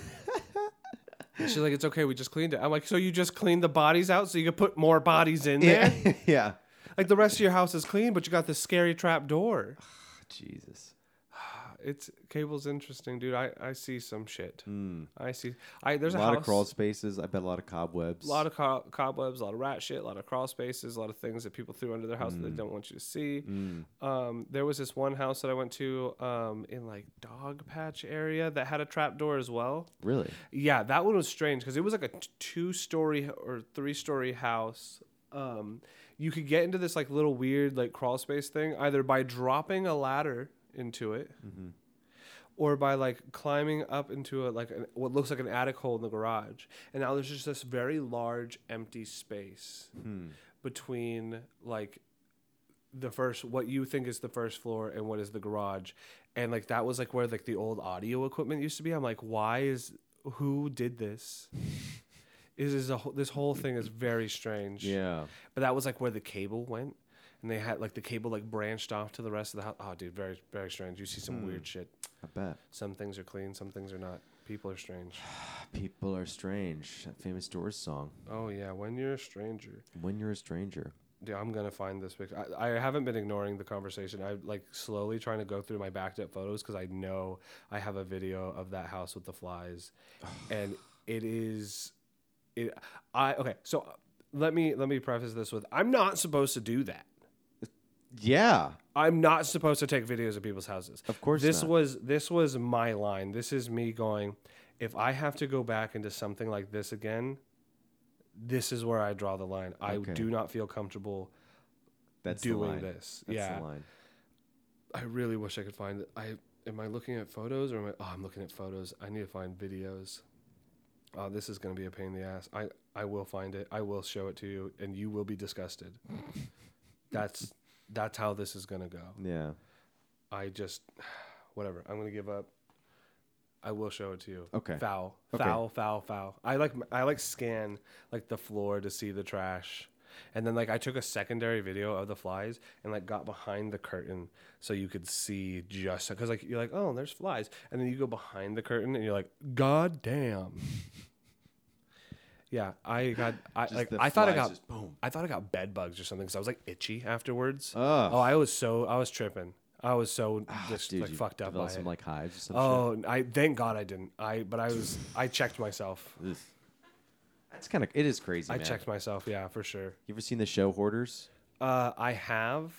Speaker 2: And She's like, it's okay. We just cleaned it. I'm like, so you just cleaned the bodies out so you could put more bodies in there?
Speaker 3: yeah. (laughs) yeah.
Speaker 2: Like the rest of your house is clean, but you got this scary trap door. (sighs)
Speaker 3: Jesus.
Speaker 2: It's cable's interesting, dude. I, I see some shit. I see. I there's
Speaker 3: Hmm.
Speaker 2: a,
Speaker 3: A lot
Speaker 2: house,
Speaker 3: of crawl spaces. I bet a lot of cobwebs.
Speaker 2: a lot of co- cobwebs, a lot of rat shit, a lot of crawl spaces, a lot of things that people threw under their house that
Speaker 3: Hmm.
Speaker 2: they don't want you to see. Um, there was this one house that I went to um, in like dog patch area that had a trap door as well.
Speaker 3: really.
Speaker 2: Yeah, that one was strange because it was like a t- two-story or three-story house. Um, you could get into this like little weird like crawl space thing either by dropping a ladder into it, or by like climbing up into a, like an, what looks like an attic hole in the garage. And now there's just this very large empty space between like the first what you think is the first floor and what is the garage and like that was like where like the old audio equipment used to be i'm like why is who did this is is a wh- this whole thing is very strange
Speaker 3: Yeah.
Speaker 2: but that was like where the cable went and they had like the cable like branched off to the rest of the house oh dude very very strange you see some weird shit
Speaker 3: I bet.
Speaker 2: some things are clean some things are not people are strange
Speaker 3: People are strange. That famous Doors song.
Speaker 2: oh yeah when you're a stranger
Speaker 3: When you're a stranger.
Speaker 2: Dude, I'm gonna find this picture. I, I haven't been ignoring the conversation. I'm like slowly trying to go through my backed up photos because I know I have a video of that house with the flies, and it is, it. I okay. So uh, let me let me preface this with I'm not supposed to do that.
Speaker 3: Yeah.
Speaker 2: I'm not supposed to take videos of people's houses.
Speaker 3: Of course
Speaker 2: This
Speaker 3: not.
Speaker 2: was this was my line. This is me going, if I have to go back into something like this again, this is where I draw the line. I
Speaker 3: Okay.
Speaker 2: do not feel comfortable
Speaker 3: That's the
Speaker 2: doing
Speaker 3: line.
Speaker 2: this.
Speaker 3: That's
Speaker 2: yeah.
Speaker 3: the line.
Speaker 2: I really wish I could find I am I looking at photos or am I oh I'm looking at photos. I need to find videos. Oh, this is gonna be a pain in the ass. I, I will find it. I will show it to you and you will be
Speaker 3: (laughs)
Speaker 2: disgusted. (laughs) that's that's how this is gonna go.
Speaker 3: Yeah.
Speaker 2: I just (sighs) whatever. I'm gonna give up. I will show it to you.
Speaker 3: Okay.
Speaker 2: Foul.
Speaker 3: Okay.
Speaker 2: Foul. Foul. Foul. I like I like scan like the floor to see the trash, and then like I took a secondary video of the flies and like got behind the curtain so you could see just because like you're like oh there's flies and then you go behind the curtain and you're like god damn. yeah, I got I
Speaker 3: Just
Speaker 2: like
Speaker 3: the
Speaker 2: I thought I
Speaker 3: flies
Speaker 2: got
Speaker 3: just boom.
Speaker 2: I thought I got bed bugs or something because I was like itchy afterwards.
Speaker 3: Ugh. Ah,
Speaker 2: Oh, I was so I was tripping. I was so just
Speaker 3: Dude,
Speaker 2: like
Speaker 3: you
Speaker 2: fucked up by
Speaker 3: developed
Speaker 2: it.
Speaker 3: some like hives or some shit.
Speaker 2: oh, I thank God I didn't. I but I was I checked myself.
Speaker 3: That's kind of it is crazy.
Speaker 2: I
Speaker 3: man.
Speaker 2: checked myself. Yeah, for sure.
Speaker 3: You ever seen the show Hoarders?
Speaker 2: Uh, I have,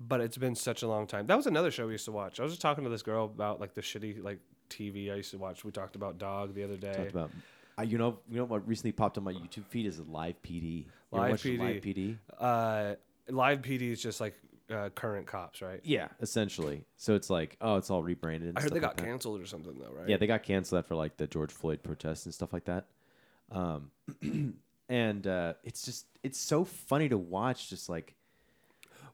Speaker 2: but it's been such a long time. That was another show we used to watch. I was just talking to this girl about like the shitty like TV I used to watch. We talked about Dog the other day.
Speaker 3: Talked about. I, you know, you know what recently popped on my YouTube feed is Live PD. You ever
Speaker 2: Live
Speaker 3: watch
Speaker 2: PD.
Speaker 3: Live PD.
Speaker 2: uh, Live PD is just like uh, current cops, right?
Speaker 3: Yeah, essentially. So it's like, oh, it's all rebranded. And
Speaker 2: I heard they got
Speaker 3: stuff like that.
Speaker 2: canceled or something though, right?
Speaker 3: Yeah, they got canceled after like the George Floyd protests and stuff like that. Um, (clears throat) and uh, it's just it's so funny to watch. Just like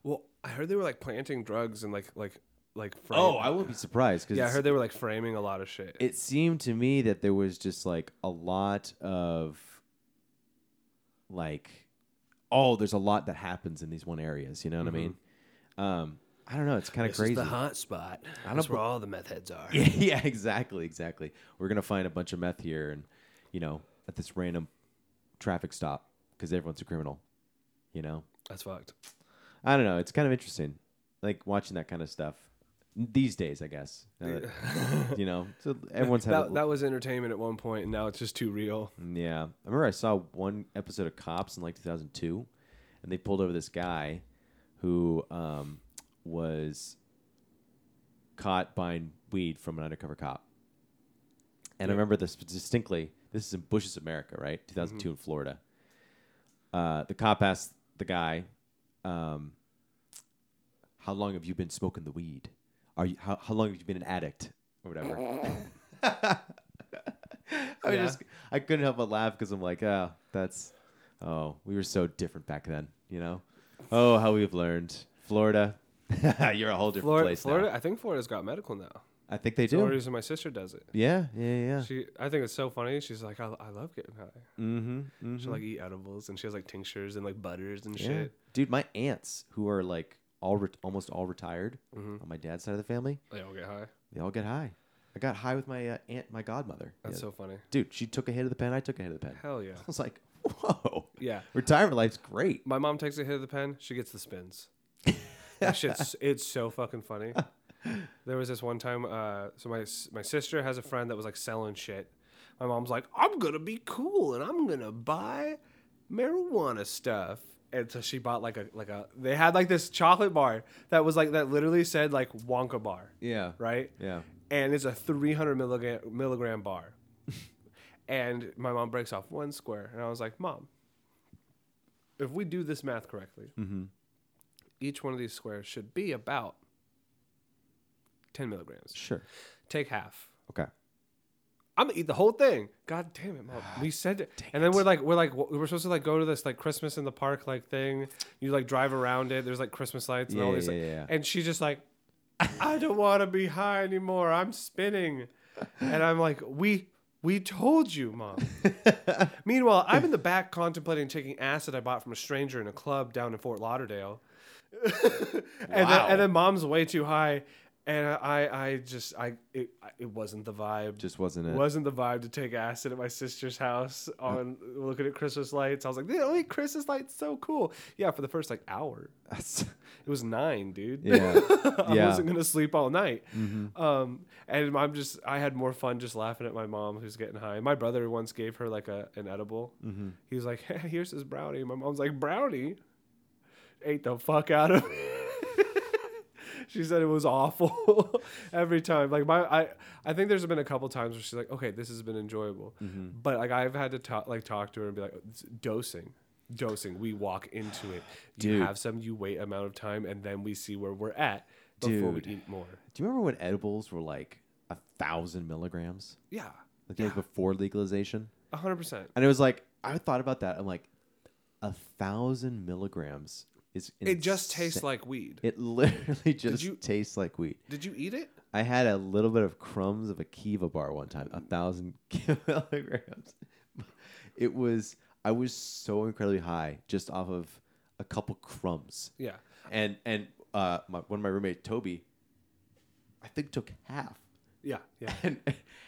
Speaker 2: Well, I heard they were like planting drugs and like like like frame.
Speaker 3: Oh, I wouldn't be surprised because
Speaker 2: yeah, I heard they were like framing a lot of shit.
Speaker 3: it seemed to me that there was just like a lot of like oh there's a lot that happens in these one areas you know what
Speaker 2: Mm-hmm.
Speaker 3: i mean um i don't know it's kind of crazy
Speaker 2: hot spot.
Speaker 3: don't That's where
Speaker 2: all the meth heads are.
Speaker 3: yeah, (laughs) yeah exactly exactly we're gonna find a bunch of meth here and you know at this random traffic stop because everyone's a criminal you know
Speaker 2: That's fucked.
Speaker 3: i don't know it's kind of interesting like watching that kind of stuff these days i guess now that- you know
Speaker 2: (laughs)
Speaker 3: so everyone's had a-
Speaker 2: That, that was entertainment at one point, and now it's just too real.
Speaker 3: Yeah. I remember I saw one episode of Cops in like 2002, and they pulled over this guy who um, was caught buying weed from an undercover cop. And I remember this distinctly. This is in Bush's America, right? 2002 in Florida. Uh, the cop asked the guy, um, How long have you been smoking the weed? Are you, how, how long have you been an addict? Or whatever. (laughs) I was
Speaker 2: Yeah.
Speaker 3: just I couldn't help but laugh because I'm like, oh, that's oh, we were so different back then, you know. Oh, how we've learned, Florida. (laughs) You're a whole different
Speaker 2: Florida,
Speaker 3: place
Speaker 2: Florida.
Speaker 3: now.
Speaker 2: I think Florida's got medical now.
Speaker 3: I think they
Speaker 2: The only
Speaker 3: do.
Speaker 2: reason my sister does it.
Speaker 3: Yeah, yeah, yeah.
Speaker 2: She, I think it's so funny. She's like, I, I love getting high.
Speaker 3: mm-hmm, mm-hmm.
Speaker 2: She like eat edibles, and she has like tinctures and like butters and
Speaker 3: Yeah.
Speaker 2: shit.
Speaker 3: Dude, my aunts who are like all re- almost all retired
Speaker 2: Mm-hmm.
Speaker 3: on my dad's side of the family,
Speaker 2: They all get high.
Speaker 3: they all get high. I got high with my uh, aunt, my godmother.
Speaker 2: That's
Speaker 3: Yeah.
Speaker 2: so funny.
Speaker 3: Dude, she took a hit of the pen. I took a hit of the pen.
Speaker 2: Hell yeah.
Speaker 3: (laughs) I was like, whoa.
Speaker 2: Yeah.
Speaker 3: Retirement life's great.
Speaker 2: My mom takes a hit of the pen. She gets the spins. that shit's it's so fucking funny. There was this one time. Uh, so my s- my sister has a friend that was like selling shit. My mom's like, I'm gonna be cool and I'm gonna buy marijuana stuff. And so she bought like a like a. They had like this chocolate bar that was like that literally said like Wonka bar,
Speaker 3: Yeah.
Speaker 2: right?
Speaker 3: Yeah.
Speaker 2: and it's a 300 milligram, milligram bar. (laughs) and my mom breaks off one square, and I was like, Mom, if we do this math correctly, each one of these squares should be about 10 milligrams.
Speaker 3: Sure.
Speaker 2: Take half.
Speaker 3: Okay.
Speaker 2: I'm gonna eat the whole thing. God damn
Speaker 3: (sighs)
Speaker 2: it, mom. We said it. and then we're like, we're like, we're supposed to like go to this like Christmas in the park like thing. You like drive around it. There's like Christmas lights and all
Speaker 3: Yeah,
Speaker 2: these.
Speaker 3: yeah,
Speaker 2: like-
Speaker 3: yeah, yeah.
Speaker 2: And she's just like, I don't want to be high anymore. I'm spinning. And I'm like, we we told you,
Speaker 3: (laughs)
Speaker 2: mom. Meanwhile, I'm in the back contemplating taking acid I bought from a stranger in a club down in Fort Lauderdale. (laughs) And,
Speaker 3: Wow.
Speaker 2: then, and then mom's way too high. And I, I just, I, it, it wasn't the vibe
Speaker 3: Just wasn't it.
Speaker 2: wasn't the vibe to take acid at my sister's house on looking at Christmas lights. I was like, the only Christmas lights so cool. Yeah, for the first like hour. (laughs) It was nine, dude.
Speaker 3: yeah.
Speaker 2: (laughs) I
Speaker 3: Yeah. Mm-hmm.
Speaker 2: wasn't gonna sleep all night. Um, and I'm just I had more fun just laughing at my mom who's getting high. My brother once gave her like a an edible.
Speaker 3: Mm-hmm.
Speaker 2: He was like, (laughs) hey, here's this brownie. My mom's like, brownie? Ate the fuck out of (laughs) it. she said it was awful (laughs) every time. Like my I I think there's been a couple times where she's like, okay, this has been enjoyable.
Speaker 3: Mm-hmm.
Speaker 2: But like I've had to talk like talk to her and be like "It's dosing. Dosing. We walk into it. You
Speaker 3: Dude.
Speaker 2: have some, you wait amount of time, and then we see where we're at before
Speaker 3: Dude.
Speaker 2: we eat more.
Speaker 3: Do you remember when edibles were like a thousand milligrams?
Speaker 2: Yeah,
Speaker 3: Like days before legalization?
Speaker 2: a hundred percent.
Speaker 3: And it was like I thought about that. I'm like, a thousand milligrams is
Speaker 2: It just tastes
Speaker 3: insane.
Speaker 2: like weed.
Speaker 3: it literally just
Speaker 2: you-
Speaker 3: tastes like weed.
Speaker 2: Did you eat it?
Speaker 3: I had a little bit of crumbs of a Kiva bar one time, a thousand (laughs) milligrams. It was I was so incredibly high just off of a couple crumbs.
Speaker 2: Yeah.
Speaker 3: And and uh, my, one of my roommate Toby, I think took half
Speaker 2: Yeah, yeah.
Speaker 3: and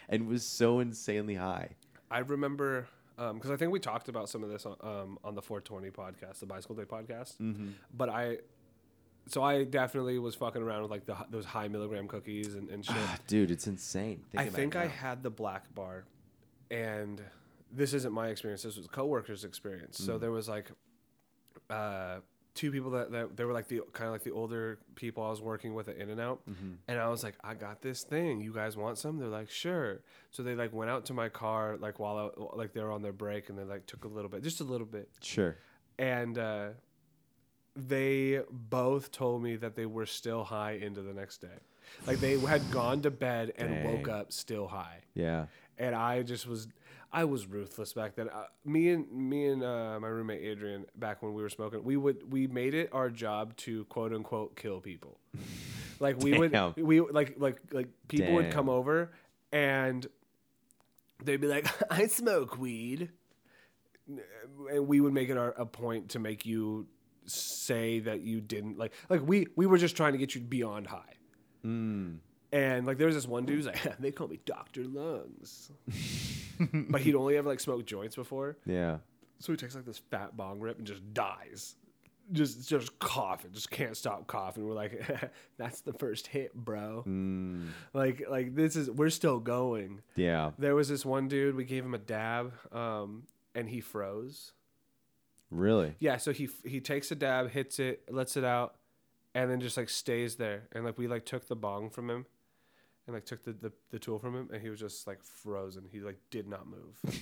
Speaker 3: and was so insanely high.
Speaker 2: I remember because I think we talked about some of this on, um, on the 420 podcast, the Bicycle Day podcast. But I, so I definitely was fucking around with like the, those high milligram cookies and, and shit.
Speaker 3: Dude, it's insane. Think
Speaker 2: I
Speaker 3: about
Speaker 2: think
Speaker 3: it
Speaker 2: I
Speaker 3: now.
Speaker 2: had the black bar, and this isn't my experience. This was a coworker's experience.
Speaker 3: Mm.
Speaker 2: So there was like, uh, two people that, that they were like the kind of like the older people I was working with at In and Out,
Speaker 3: Mm-hmm.
Speaker 2: and I was like, I got this thing. You guys want some? They're like, sure. So they like went out to my car like while I, like they were on their break, and they like took a little bit, just a little bit,
Speaker 3: sure.
Speaker 2: and. uh they both told me that they were still high into the next day. Like they had gone to bed and woke
Speaker 3: Dang.
Speaker 2: up still high
Speaker 3: Yeah.
Speaker 2: and I just was I was ruthless back then. Uh, me and me and uh, my roommate Adrian back when we were smoking, we would we made it our job to quote unquote kill people. Like we
Speaker 3: Damn.
Speaker 2: would we like like like people would come
Speaker 3: Damn.
Speaker 2: over and they'd be like, (laughs) "I smoke weed," and we would make it our, a point to make you say that you didn't like like we we were just trying to get you beyond high. And like there was this one dude who's like, (laughs) "They call me Doctor Lungs," but he'd only ever like smoked joints before.
Speaker 3: Yeah.
Speaker 2: So he takes like this fat bong rip and just dies. Just just coughing, just can't stop coughing. We're like, (laughs) that's the first hit, bro. Like like this is we're still going.
Speaker 3: Yeah.
Speaker 2: There was this one dude, we gave him a dab, um, and he froze.
Speaker 3: Really?
Speaker 2: Yeah, so he he takes a dab, hits it, lets it out, and then just like stays there. And like we like took the bong from him and like took the, the, the tool from him and he was just like frozen. He like did not
Speaker 3: (laughs)
Speaker 2: move.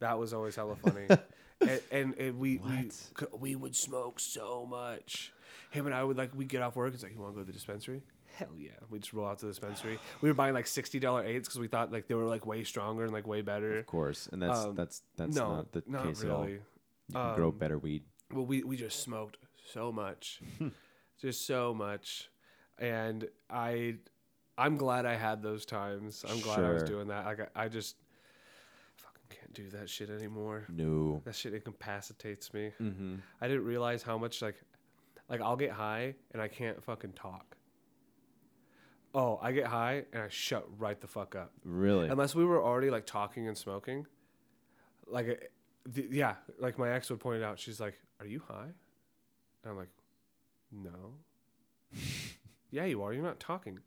Speaker 2: that was always hella funny. and, and, and we, we
Speaker 3: What?
Speaker 2: c- we would smoke so much. Him and I would like we get off work. It's like you want to go to the dispensary? Hell yeah! We just roll out to the
Speaker 3: (sighs)
Speaker 2: dispensary. We were buying like sixty dollar eights because we thought like they were like way stronger and like way better.
Speaker 3: Of course. And that's
Speaker 2: Um,
Speaker 3: that's that's
Speaker 2: no,
Speaker 3: not the
Speaker 2: not
Speaker 3: case
Speaker 2: really. Um,
Speaker 3: at all. You can grow better weed.
Speaker 2: well we, we just smoked so much just so much and i i'm glad i had those times i'm glad i was
Speaker 3: Sure.
Speaker 2: doing that like i, I just fucking can't do that shit anymore
Speaker 3: No.
Speaker 2: that shit incapacitates me i didn't realize how much like like i'll get high and i can't fucking talk oh i get high and i shut right the fuck up
Speaker 3: Really?
Speaker 2: unless we were already like talking and smoking like it- the, yeah like my ex would point it out she's like are you high and i'm like no (laughs) yeah you are you're not talking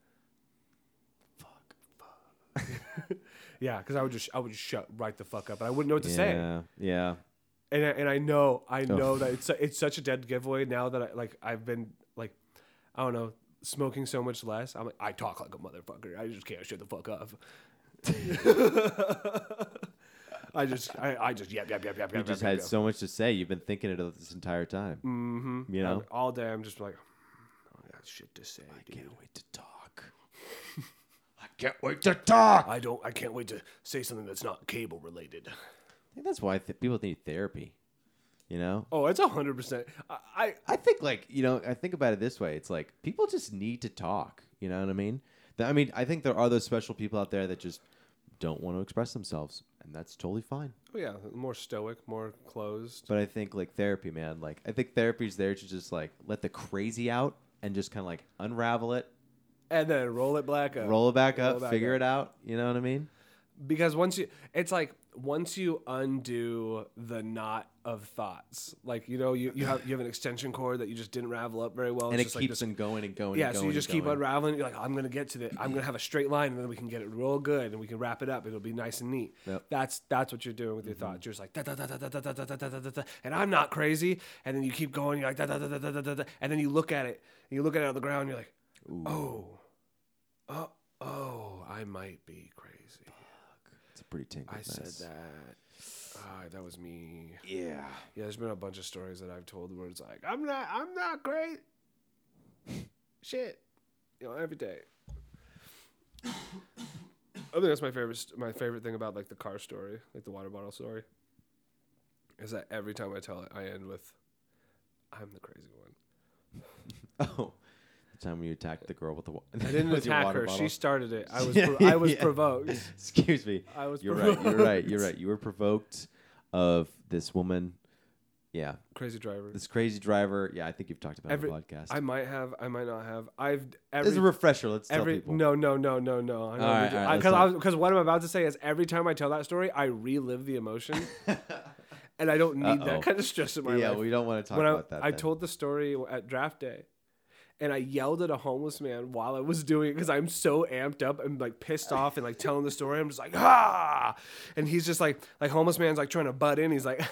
Speaker 2: fuck fuck (laughs) yeah because i would just i would just shut right the fuck up and i wouldn't know what to say
Speaker 3: yeah. Yeah.
Speaker 2: and I, and i know i
Speaker 3: Oh.
Speaker 2: know that it's it's such a dead giveaway now that i like i've been like i don't know smoking so much less i'm like i talk like a motherfucker i just can't shut the fuck up (laughs) I just, I, I just, yep, yep, yep, yep,
Speaker 3: You
Speaker 2: yep.
Speaker 3: just
Speaker 2: yep,
Speaker 3: had
Speaker 2: yep.
Speaker 3: so much to say. You've been thinking it this entire time. Mm-hmm. You know.
Speaker 2: I'm- all day. I'm just like, "Oh, I got shit to say, dude.
Speaker 3: can't wait to talk. I can't wait to talk. I
Speaker 2: I don't, I can't wait to say something that's not cable related.
Speaker 3: think that's why th- people need therapy. You know.
Speaker 2: Oh, it's a hundred percent. I, I,
Speaker 3: I think like you know, I think about it this way. It's like people just need to talk. You know what I mean? That, I mean, I think there are those special people out there that just don't want to express themselves, and that's totally fine.
Speaker 2: oh yeah, more stoic, more closed.
Speaker 3: But I think like therapy, man. Like I think therapy's there to just like let the crazy out and just kind of like unravel it,
Speaker 2: And then roll it black up.
Speaker 3: roll it back up,
Speaker 2: Roll back
Speaker 3: figure it out. You know what I mean?
Speaker 2: because once you it's like once you undo the knot of thoughts like you know you, you have you have an extension cord that you just didn't ravel up very well
Speaker 3: And
Speaker 2: it's
Speaker 3: it
Speaker 2: just
Speaker 3: keeps
Speaker 2: like this-
Speaker 3: them going and going.
Speaker 2: yeah
Speaker 3: and
Speaker 2: so
Speaker 3: going
Speaker 2: you
Speaker 3: and
Speaker 2: just keep
Speaker 3: going.
Speaker 2: unraveling you're like i'm gonna get to the i'm gonna have a straight line and then we can get it real good and we can wrap it up it'll be nice and neat
Speaker 3: Yep. Mm-hmm.
Speaker 2: that's that's what you're doing with your thoughts you're just like da, da, da, da, da, da, da, da, da, da, da, da, da, and i'm not crazy and then you keep going you're like da, da, da, da, da, da, da, da, and then you look at it and you look at it on the ground and you're like oh oh oh i might be crazy
Speaker 3: It's a pretty tingle.
Speaker 2: I said that. Ah, that was me. Yeah. Yeah, there's been a bunch of stories that I've told where it's like, I'm not I'm not great. Shit. You know, every day. I think that's my favorite st- my favorite thing about like the car story, like the water bottle story. Is that every time I tell it I end with I'm the crazy one.
Speaker 3: Oh, (laughs) the time when you attacked the girl (laughs) with the wa-
Speaker 2: I didn't
Speaker 3: (laughs) with your
Speaker 2: attack
Speaker 3: water
Speaker 2: her.
Speaker 3: bottle.
Speaker 2: She started it.
Speaker 3: (laughs)
Speaker 2: I was
Speaker 3: Yeah,
Speaker 2: pro- I was
Speaker 3: yeah.
Speaker 2: provoked.
Speaker 3: (laughs) Excuse me.
Speaker 2: I was
Speaker 3: You're
Speaker 2: provoked.
Speaker 3: right. You're right. You're right. You were provoked of this woman. Yeah,
Speaker 2: Crazy driver.
Speaker 3: this crazy driver. Yeah, I think you've talked about
Speaker 2: Every-
Speaker 3: it on the podcast.
Speaker 2: I might have, I might not have. I've
Speaker 3: As
Speaker 2: every
Speaker 3: a refresher, let's tell
Speaker 2: Every
Speaker 3: people.
Speaker 2: no no no no no I
Speaker 3: All right, all right, let's
Speaker 2: because
Speaker 3: talk.
Speaker 2: because what I'm about to say is every time I tell that story I relive the
Speaker 3: (laughs)
Speaker 2: emotion and I don't need
Speaker 3: Uh-oh.
Speaker 2: that kind of stress in my
Speaker 3: yeah,
Speaker 2: life.
Speaker 3: we don't want to talk
Speaker 2: when I,
Speaker 3: about that.
Speaker 2: I
Speaker 3: then.
Speaker 2: told the story at draft day and I yelled at a homeless man while I was doing it because I'm so amped up and like pissed off and like telling the story I'm just like ah and he's just like like homeless man's like trying to butt in he's like (laughs)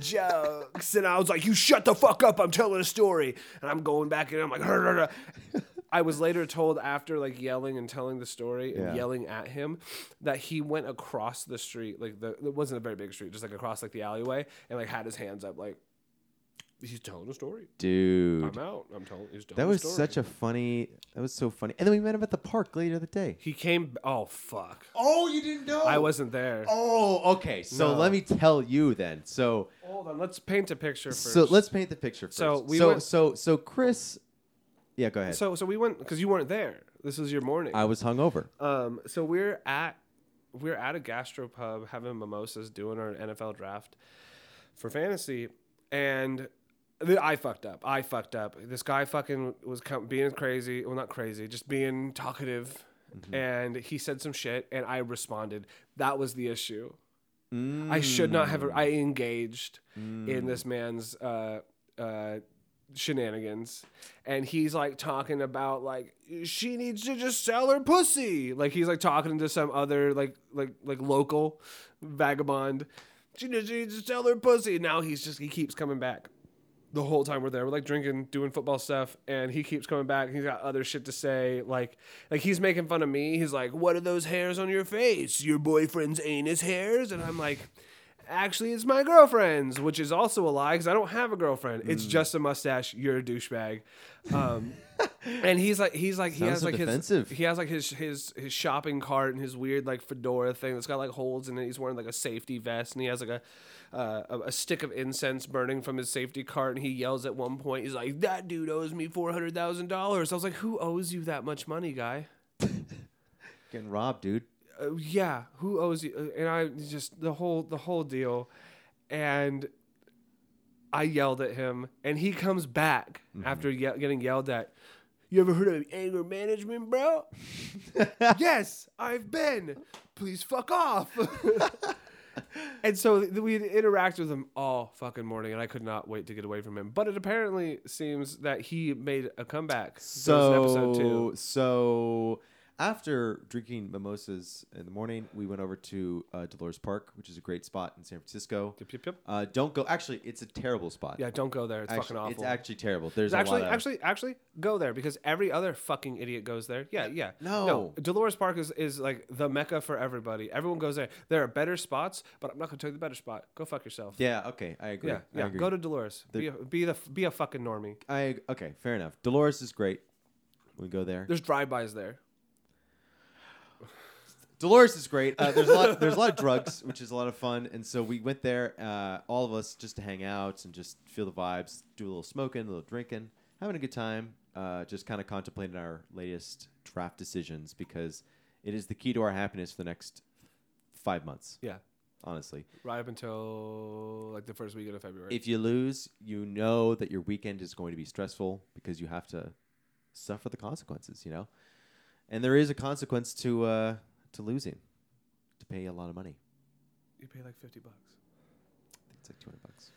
Speaker 2: jokes and I was like you shut the fuck up I'm telling a story and I'm going back and I'm like "Hur, hur, hur." I was later told after like yelling and telling the story and
Speaker 3: Yeah.
Speaker 2: yelling at him that he went across the street like the it wasn't a very big street just like across like the alleyway and like had his hands up like he's telling a story
Speaker 3: dude,
Speaker 2: I'm out I'm telling he's telling
Speaker 3: that
Speaker 2: a
Speaker 3: was
Speaker 2: story.
Speaker 3: such a funny. That was so funny. And then we met him at the park later the day.
Speaker 2: he came oh fuck
Speaker 3: Oh, you didn't know?
Speaker 2: I wasn't there
Speaker 3: Oh, okay. So
Speaker 2: No.
Speaker 3: let me tell you then. So
Speaker 2: hold on let's paint a picture first
Speaker 3: so let's paint the picture first.
Speaker 2: So we
Speaker 3: so
Speaker 2: went-
Speaker 3: so so Chris Yeah, go ahead.
Speaker 2: So so we went because you weren't there. This was your morning.
Speaker 3: I was hungover.
Speaker 2: Um, so we're at we're at a gastropub having mimosas, doing our NFL draft for fantasy, and th- I fucked up. I fucked up. This guy fucking was com- being crazy. Well, not crazy, just being talkative, and he said some shit, and I responded. That was the issue. I should not have. I engaged in this man's uh, uh, shenanigans, and he's like talking about like she needs to just sell her pussy. Like he's like talking to some other like like like local vagabond. She needs she needs to sell her pussy. Now he's just he keeps coming back. The whole time we're there, we're like drinking, doing football stuff, and he keeps coming back. He's got other shit to say, like, like he's making fun of me. He's like, "What are those hairs on your face? Your boyfriend's anus hairs?" And I'm like, Actually, it's my girlfriend's, which is also a lie because I don't have a girlfriend.
Speaker 3: Hmm.
Speaker 2: It's just a mustache. You're a douchebag. Um, and he's like, he's like, he
Speaker 3: Sounds
Speaker 2: has
Speaker 3: so
Speaker 2: like
Speaker 3: defensive.
Speaker 2: his, he has like his his his shopping cart and his weird like fedora thing that's got like holes in it. He's wearing like a safety vest and he has like a uh, a, a stick of incense burning from his safety cart. And he yells at one point, he's like, "That dude owes me four hundred thousand dollars." I was like, "Who owes you that much money, guy?"
Speaker 3: Getting robbed, dude.
Speaker 2: uh, yeah, who owes you? uh, And I just the whole the whole deal, and I yelled at him, and he comes back
Speaker 3: Mm-hmm.
Speaker 2: after ye- getting yelled at. You ever heard of anger management,
Speaker 3: (laughs)
Speaker 2: bro? yes, I've been. Please fuck off. (laughs) and so th- we had interacted with him all fucking morning, and I could not wait to get away from him. But it apparently seems that he made a comeback. That was in episode
Speaker 3: So,
Speaker 2: two.
Speaker 3: so after drinking mimosas in the morning, we went over to uh, Dolores Park, which is a great spot in San Francisco.
Speaker 2: Yep, yep, yep.
Speaker 3: Uh, don't go. Actually, it's a terrible spot.
Speaker 2: Yeah, don't go there. It's fucking
Speaker 3: actually,
Speaker 2: awful.
Speaker 3: It's actually terrible. There's a
Speaker 2: actually,
Speaker 3: lot of,
Speaker 2: actually, actually, go there because every other fucking idiot goes there. Yeah, yeah.
Speaker 3: No.
Speaker 2: Dolores Park is, is like the mecca for everybody. Everyone goes there. There are better spots, but I'm not gonna tell you the better spot. Go fuck yourself.
Speaker 3: Yeah. Okay, I agree.
Speaker 2: yeah.
Speaker 3: I
Speaker 2: yeah.
Speaker 3: agree.
Speaker 2: Go to Dolores. be a, be the be a fucking normie.
Speaker 3: I okay. Fair enough. Dolores is great. We go there.
Speaker 2: There's drive-bys there.
Speaker 3: Dolores is great. Uh, there's a lot. There's a lot of drugs, which is a lot of fun. And so we went there, uh, all of us, just to hang out and just feel the vibes, do a little smoking, a little drinking, having a good time. Uh, just kind of contemplating our latest draft decisions because it is the key to our happiness for the next five months.
Speaker 2: Yeah.
Speaker 3: Honestly,
Speaker 2: Right up until like the first weekend of February.
Speaker 3: if you lose, you know that your weekend is going to be stressful because you have to suffer the consequences. You know, and there is a consequence to uh, to losing, to pay a lot of money.
Speaker 2: you pay like fifty bucks.
Speaker 3: It's like two hundred bucks.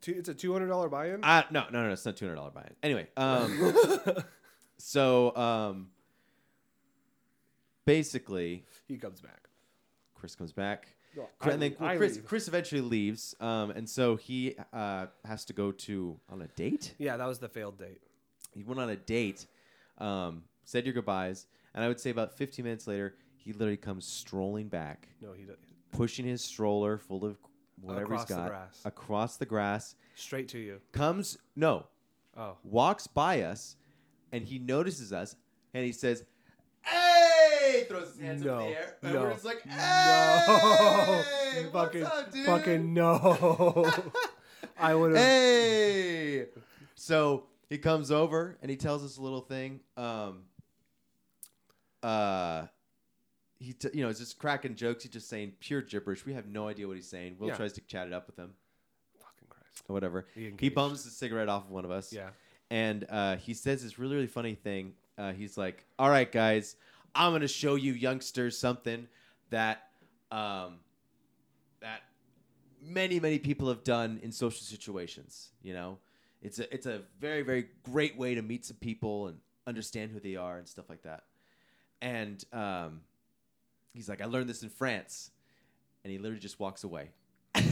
Speaker 2: Two, it's a two hundred dollar buy-in.
Speaker 3: Uh, no, no, no, no, it's not two hundred dollar buy-in. Anyway, um, (laughs) so um, basically,
Speaker 2: he comes back.
Speaker 3: Chris comes back,
Speaker 2: No,
Speaker 3: Chris,
Speaker 2: I
Speaker 3: and then
Speaker 2: leave- I
Speaker 3: Chris,
Speaker 2: leave.
Speaker 3: Chris eventually leaves, um, and so he uh, has to go to on a date.
Speaker 2: Yeah, that was the failed date.
Speaker 3: He went on a date, um, said your goodbyes, and I would say about fifteen minutes later, he literally comes strolling back,
Speaker 2: No, he did
Speaker 3: pushing his stroller full of whatever
Speaker 2: Across
Speaker 3: he's
Speaker 2: the
Speaker 3: got
Speaker 2: grass.
Speaker 3: across the grass.
Speaker 2: straight to you.
Speaker 3: Comes no,
Speaker 2: Oh,
Speaker 3: walks by us and he notices us and he says, Hey! Throws his hands up
Speaker 2: No,
Speaker 3: in the air. And
Speaker 2: no,
Speaker 3: we're just like,
Speaker 2: No, (laughs)
Speaker 3: Hey! What's
Speaker 2: fucking,
Speaker 3: up, dude?
Speaker 2: fucking
Speaker 3: (laughs)
Speaker 2: no. I would have.
Speaker 3: Hey! So he comes over and he tells us a little thing. Um, uh, he t- you know, it's just cracking jokes. He's just saying pure gibberish. We have no idea what he's saying. Will
Speaker 2: Yeah.
Speaker 3: tries to chat it up with him
Speaker 2: Fucking Christ.
Speaker 3: or whatever.
Speaker 2: He
Speaker 3: He
Speaker 2: engaged.
Speaker 3: bums a cigarette off of one of us.
Speaker 2: Yeah. (laughs)
Speaker 3: and uh, he says this really really funny thing. Uh, he's like, "All right, guys, I'm gonna show you youngsters something that um, that many many people have done in social situations. You know, it's a it's a very very great way to meet some people and understand who they are and stuff like that." And um, he's like, "I learned this in France," and he literally just walks away. (laughs)
Speaker 2: he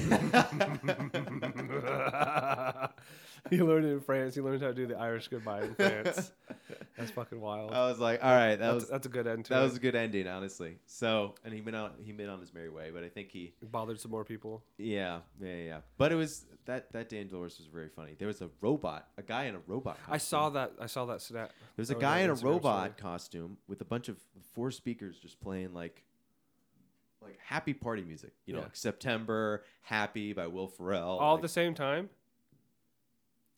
Speaker 2: learned it in France. He learned how to do the Irish goodbye in
Speaker 3: (laughs)
Speaker 2: France. That's fucking wild.
Speaker 3: I was like, "All right, Oh, that
Speaker 2: that's,
Speaker 3: was."
Speaker 2: that's a good end to
Speaker 3: That
Speaker 2: it.
Speaker 3: was a good ending, honestly. So, and he went on. He went on his merry way, but I think he,
Speaker 2: Bothered some more people.
Speaker 3: yeah, yeah, yeah, yeah. But it was that that Dan Dolores was very funny. There was a robot, a guy in a robot. Costume.
Speaker 2: I saw Oh, that. I saw that snap.
Speaker 3: There was
Speaker 2: That
Speaker 3: a
Speaker 2: was
Speaker 3: guy
Speaker 2: on
Speaker 3: in a
Speaker 2: Instagram story.
Speaker 3: robot costume with a bunch of four speakers just playing like, like happy party music. You know,
Speaker 2: Yeah.
Speaker 3: like September Happy by Will Ferrell.
Speaker 2: All at
Speaker 3: like,
Speaker 2: the same time.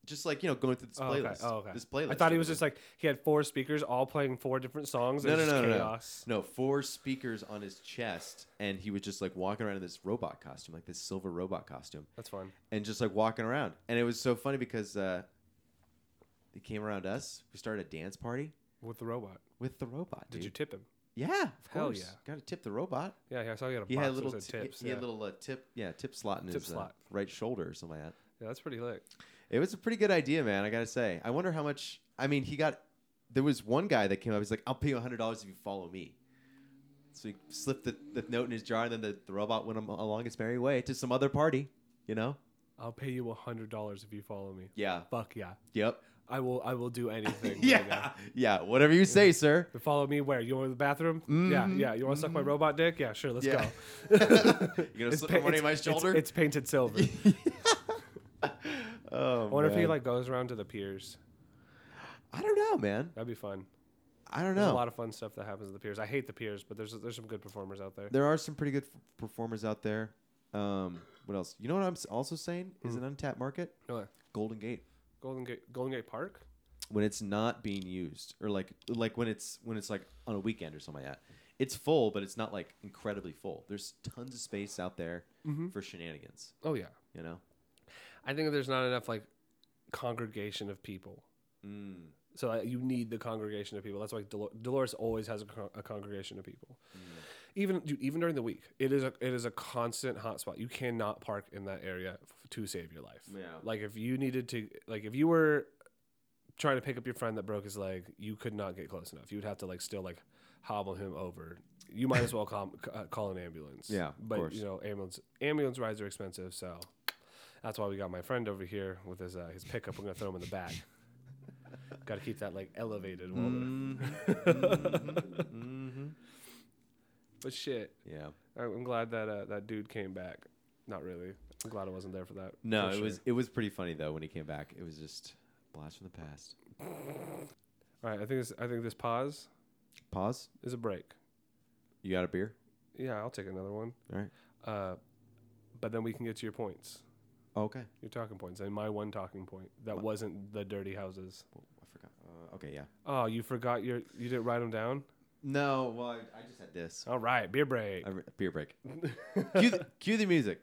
Speaker 3: just like you know going through this
Speaker 2: Oh, okay.
Speaker 3: playlist.
Speaker 2: Oh, okay.
Speaker 3: This playlist.
Speaker 2: I thought he
Speaker 3: or
Speaker 2: was just
Speaker 3: whatever.
Speaker 2: like he had four speakers all playing four different songs.
Speaker 3: no, no, no, no, no,
Speaker 2: chaos.
Speaker 3: no. Four speakers on his chest, and he was just like walking around in this robot costume, like this silver robot costume,
Speaker 2: That's fun.
Speaker 3: and just like walking around. And it was so funny because uh, he came around us. We started a dance party
Speaker 2: With the robot.
Speaker 3: with the robot.
Speaker 2: Did
Speaker 3: dude.
Speaker 2: you tip him?
Speaker 3: Yeah, of
Speaker 2: Hell
Speaker 3: course.
Speaker 2: yeah.
Speaker 3: Got to tip the robot.
Speaker 2: Yeah, yeah, I saw you had a
Speaker 3: He
Speaker 2: box
Speaker 3: had a
Speaker 2: that
Speaker 3: little
Speaker 2: said
Speaker 3: ti-
Speaker 2: tips.
Speaker 3: he
Speaker 2: yeah.
Speaker 3: had a little uh, tip, yeah, tip slot in
Speaker 2: Tip
Speaker 3: his
Speaker 2: slot.
Speaker 3: Uh, right shoulder or something like that.
Speaker 2: yeah, that's pretty lit.
Speaker 3: It was a pretty good idea, man. I gotta say. I wonder how much. I mean, he got. There was one guy that came up. He's like, "I'll pay you hundred dollars if you follow me." So he slipped the, the note in his jar, and then the, the robot went am- along its merry way to some other party. You know?
Speaker 2: I'll pay you a hundred dollars if you follow me.
Speaker 3: Yeah.
Speaker 2: Fuck yeah.
Speaker 3: Yep.
Speaker 2: I will I will do anything. Right now.
Speaker 3: (laughs) Yeah. Yeah. Whatever you say, sir.
Speaker 2: To follow me where? You want to the bathroom? Yeah, yeah. You want to suck my robot dick? Yeah, sure. Let's
Speaker 3: Mm-hmm. (laughs) Yeah.
Speaker 2: go.
Speaker 3: you gonna slip
Speaker 2: pa-
Speaker 3: my money in my
Speaker 2: it's-
Speaker 3: shoulder?
Speaker 2: It's, it's painted silver.
Speaker 3: (laughs) oh,
Speaker 2: I wonder if he
Speaker 3: man.
Speaker 2: like goes around to the piers.
Speaker 3: I don't know, man.
Speaker 2: That'd be fun.
Speaker 3: I don't
Speaker 2: There's
Speaker 3: know.
Speaker 2: a lot of fun stuff that happens at the piers. I hate the piers, but there's there's some good performers out there.
Speaker 3: there are some pretty good f- performers out there. Um, what else? You know what I'm s- also saying is an untapped market.
Speaker 2: Really?
Speaker 3: Golden Gate.
Speaker 2: Golden Gate Golden Gate Park.
Speaker 3: when it's not being used or like like when it's when it's like on a weekend or something like that it's full but it's not like incredibly full there's tons of space out there for shenanigans
Speaker 2: Oh yeah.
Speaker 3: you know
Speaker 2: I think there's not enough like congregation of people. So like, you need the congregation of people. That's why Dol- Dolores always has a, con- a congregation of people. Even dude, even during the week, it is a it is a constant hotspot. You cannot park in that area f- to save your life.
Speaker 3: Yeah.
Speaker 2: Like if you needed to, like if you were trying to pick up your friend that broke his leg, you could not get close enough. You would have to like still like hobble him over. You might as well call, (laughs) c- uh, call an ambulance.
Speaker 3: Yeah, of
Speaker 2: but
Speaker 3: course.
Speaker 2: you know ambulance ambulance rides are expensive, so that's why we got my friend over here with his uh, his pickup. We're gonna throw him in the back. (laughs) got to keep that like elevated. while they're-
Speaker 3: Mm-hmm.
Speaker 2: (laughs) But shit,
Speaker 3: yeah
Speaker 2: I- I'm glad that uh, that dude came back. Not really. I'm glad I wasn't there for that.
Speaker 3: no
Speaker 2: for
Speaker 3: it
Speaker 2: sure.
Speaker 3: was it was pretty funny though when he came back it was just a blast from the past
Speaker 2: All right, I think this, I think this pause
Speaker 3: pause
Speaker 2: is a break.
Speaker 3: you got a beer
Speaker 2: Yeah, I'll take another one.
Speaker 3: all right
Speaker 2: Uh, but then we can get to your points,
Speaker 3: oh, okay
Speaker 2: your talking points, and my one talking point that wasn't the dirty houses.
Speaker 3: well, i forgot uh, okay yeah
Speaker 2: Oh, you forgot your you didn't write them down.
Speaker 3: no well i, I just had this
Speaker 2: All right, beer break.
Speaker 3: I re- beer
Speaker 2: (laughs)
Speaker 3: break cue, the, cue the music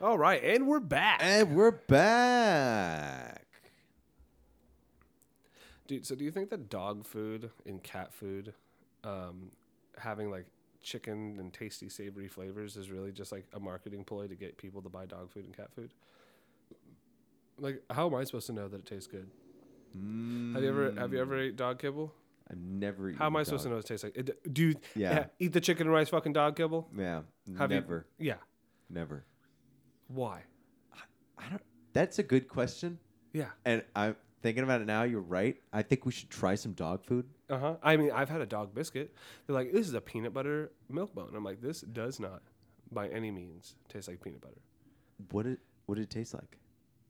Speaker 2: All right, and we're back.
Speaker 3: and we're back
Speaker 2: Dude, so do you think that dog food and cat food, um, having like chicken and tasty savory flavors is really just like a marketing ploy to get people to buy dog food and cat food? Like, how am I supposed to know that it tastes good? Have you ever have you ever ate dog kibble?
Speaker 3: i've never
Speaker 2: How am
Speaker 3: eaten
Speaker 2: I supposed
Speaker 3: dog.
Speaker 2: to know it tastes like? It, dude,
Speaker 3: Yeah.
Speaker 2: eat the chicken and rice fucking dog kibble.
Speaker 3: Yeah,
Speaker 2: Have you-
Speaker 3: never,
Speaker 2: Yeah.
Speaker 3: never.
Speaker 2: Why?
Speaker 3: I don't. That's a good question,
Speaker 2: Yeah.
Speaker 3: and I'm thinking about it now. You're right. I think we should try some dog food.
Speaker 2: Uh huh. I mean, I've had a dog biscuit. They're like, this is a peanut butter milk bone. I'm like, this does not, by any means, taste like peanut butter.
Speaker 3: What did What did it taste like?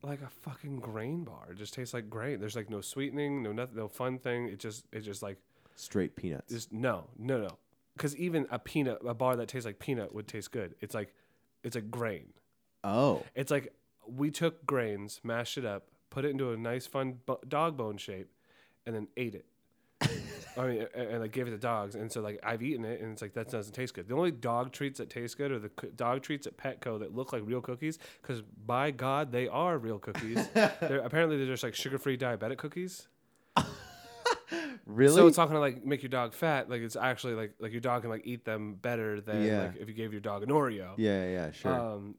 Speaker 2: like a fucking grain bar. It just tastes like grain. There's like no sweetening, no nothing, no fun thing. It just it just like
Speaker 3: Straight peanuts.
Speaker 2: just no, no, no. Because even a peanut, a bar that tastes like peanut would taste good. It's like it's a grain.
Speaker 3: oh,
Speaker 2: It's like we took grains, mashed it up, put it into a nice fun bo- dog bone shape, and then ate
Speaker 3: (laughs)
Speaker 2: it. I mean, and, and like gave it to dogs, and so like I've eaten it, and it's like that doesn't taste good. The only dog treats that taste good are the co- dog treats at Petco that look like real cookies, because by God, they are real
Speaker 3: (laughs)
Speaker 2: cookies. they're, apparently, they're just like sugar-free diabetic cookies.
Speaker 3: really?
Speaker 2: So it's not gonna like make your dog fat. Like it's actually like like your dog can like eat them better than
Speaker 3: Yeah.
Speaker 2: like if you gave your dog an Oreo.
Speaker 3: yeah, yeah, sure.
Speaker 2: Um,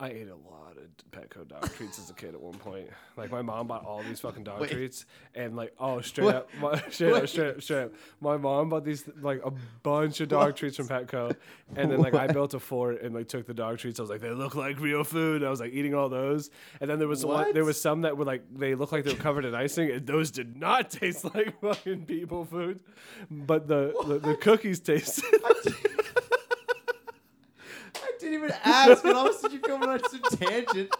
Speaker 2: I ate a lot of Petco
Speaker 3: (laughs)
Speaker 2: dog treats as a kid at one point. Like my mom bought all these fucking dog
Speaker 3: Wait.
Speaker 2: treats, and like oh straight up, my, straight up, straight up, straight up. My mom bought these like a bunch of dog treats from Petco, and then like I built a fort and like took the dog treats. I was like they look like real food. I was like eating all those, and then there was one,
Speaker 3: What?
Speaker 2: there was some that were like they looked like they were covered in icing, and those did not (laughs) taste like fucking people food, but the the, the cookies tasted.
Speaker 3: I didn't even ask, and all of a sudden you're going on some tangent.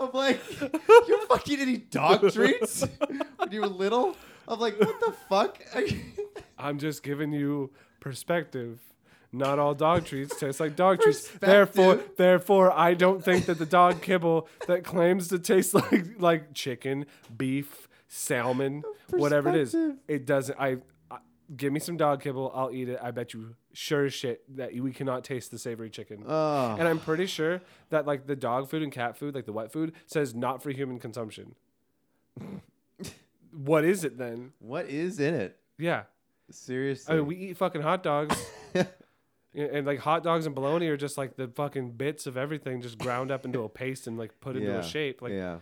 Speaker 3: I'm like, you're fucking eating dog treats when you were little. I'm like, what the (laughs) fuck?
Speaker 2: I'm just giving you perspective. Not all dog treats taste like dog treats. Therefore, therefore, I don't think that the dog kibble that claims to taste like like chicken, beef, salmon, whatever it is,
Speaker 3: Perspective.
Speaker 2: it doesn't. I, I give me some dog kibble. I'll eat it. I bet you sure as shit that we cannot taste the savory chicken.
Speaker 3: oh,
Speaker 2: and I'm pretty sure that like the dog food and cat food, like the wet food, says not for human consumption. what is it then?
Speaker 3: what is in it?
Speaker 2: Yeah.
Speaker 3: Seriously.
Speaker 2: I mean, Oh, we eat fucking hot
Speaker 3: (laughs)
Speaker 2: dogs. Yeah, and like hot dogs and bologna are just like the fucking bits of everything just ground up into a paste and like put into a shape. Like
Speaker 3: yeah.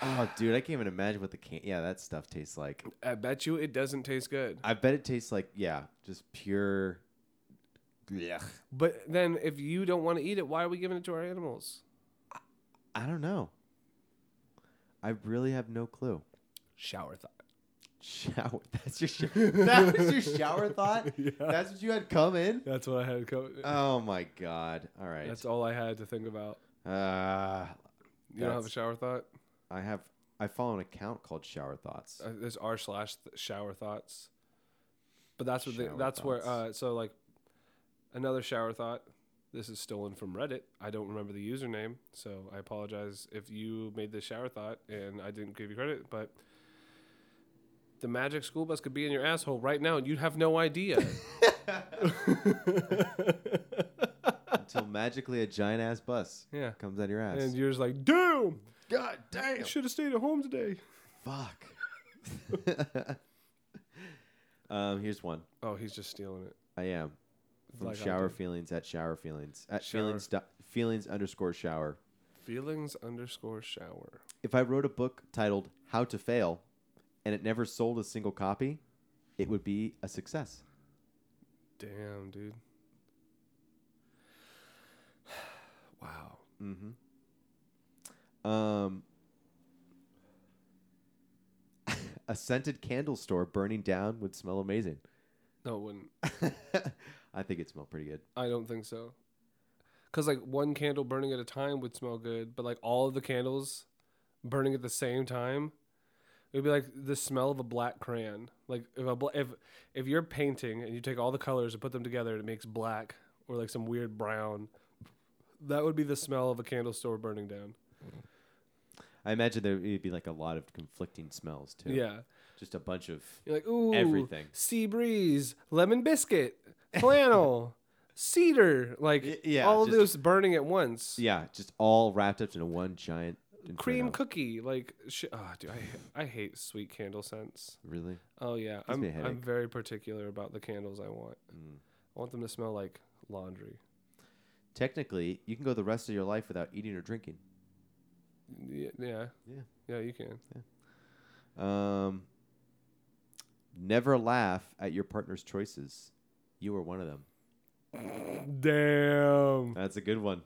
Speaker 3: Oh, dude, I can't even imagine what the can. Yeah, that stuff tastes like.
Speaker 2: I bet you it doesn't taste good.
Speaker 3: I bet it tastes like yeah, just pure. Yeah.
Speaker 2: But then if you don't want to eat it, why are we giving it to our animals?
Speaker 3: I don't know. I really have no clue.
Speaker 2: Shower thought.
Speaker 3: Shower. (laughs) That's your. Sh-
Speaker 2: (laughs)
Speaker 3: that was your shower thought. That's what you had come in.
Speaker 2: That's what I had. Co-
Speaker 3: Oh my god. All right.
Speaker 2: That's all I had to think about.
Speaker 3: uh,
Speaker 2: You don't have a
Speaker 3: That's-
Speaker 2: shower thought?
Speaker 3: I have. I follow an account called Shower Thoughts.
Speaker 2: (laughs) uh, there's r slash th- shower thoughts but that's what they,
Speaker 3: Shower
Speaker 2: that's where uh,
Speaker 3: thoughts.
Speaker 2: so like another shower thought this is stolen from reddit i don't remember the username so i apologize if you made this shower thought and i didn't give you credit but the magic school bus could be in your asshole right now and you'd have no idea (laughs)
Speaker 3: Until magically a giant ass bus
Speaker 2: yeah
Speaker 3: comes out of your ass.
Speaker 2: and you're just like damn
Speaker 3: god damn.
Speaker 2: should have stayed at home today
Speaker 3: Fuck.
Speaker 2: (laughs)
Speaker 3: (laughs) um, here's one.
Speaker 2: oh he's just stealing it
Speaker 3: I am from
Speaker 2: Like I
Speaker 3: shower
Speaker 2: do.
Speaker 3: feelings at shower feelings at
Speaker 2: Shower.
Speaker 3: feelings dot feelings underscore shower.
Speaker 2: feelings underscore shower
Speaker 3: If I wrote a book titled How to Fail, and it never sold a single copy, it would be a success.
Speaker 2: Damn, dude. (sighs) Wow.
Speaker 3: Mm-hmm. Um, (laughs) a scented candle store burning down would
Speaker 2: (laughs)
Speaker 3: smell amazing.
Speaker 2: No, it wouldn't.
Speaker 3: I think it smelled pretty good.
Speaker 2: I don't think so. Cause like one candle burning at a time would smell good, but like all of the candles burning at the same time, it'd be like the smell of a black crayon. Like if a bla- if if you're painting and you take all the colors and put them together, and it makes black or like some weird brown. That would be the smell of a candle store burning down.
Speaker 3: I imagine there would be like a lot of conflicting smells too.
Speaker 2: Yeah.
Speaker 3: just a bunch of
Speaker 2: You're like, ooh,
Speaker 3: Everything.
Speaker 2: Sea breeze, lemon biscuit,
Speaker 3: (laughs)
Speaker 2: flannel, cedar, like
Speaker 3: Y- yeah,
Speaker 2: all of
Speaker 3: just-
Speaker 2: those burning at once.
Speaker 3: yeah, just all wrapped up in one giant
Speaker 2: Cream
Speaker 3: inferno.
Speaker 2: cookie, like, sh- oh, dude, I, I hate sweet candle scents.
Speaker 3: Really?
Speaker 2: Oh yeah,
Speaker 3: Gives
Speaker 2: I'm
Speaker 3: me a headache. Mm.
Speaker 2: I'm very particular about the candles I want. I want them to smell like laundry.
Speaker 3: Technically, you can go the rest of your life without eating or drinking.
Speaker 2: Yeah, yeah,
Speaker 3: Yeah.
Speaker 2: yeah. You can.
Speaker 3: Um, never laugh at your partner's choices. You were one of them.
Speaker 2: Damn.
Speaker 3: That's a good one.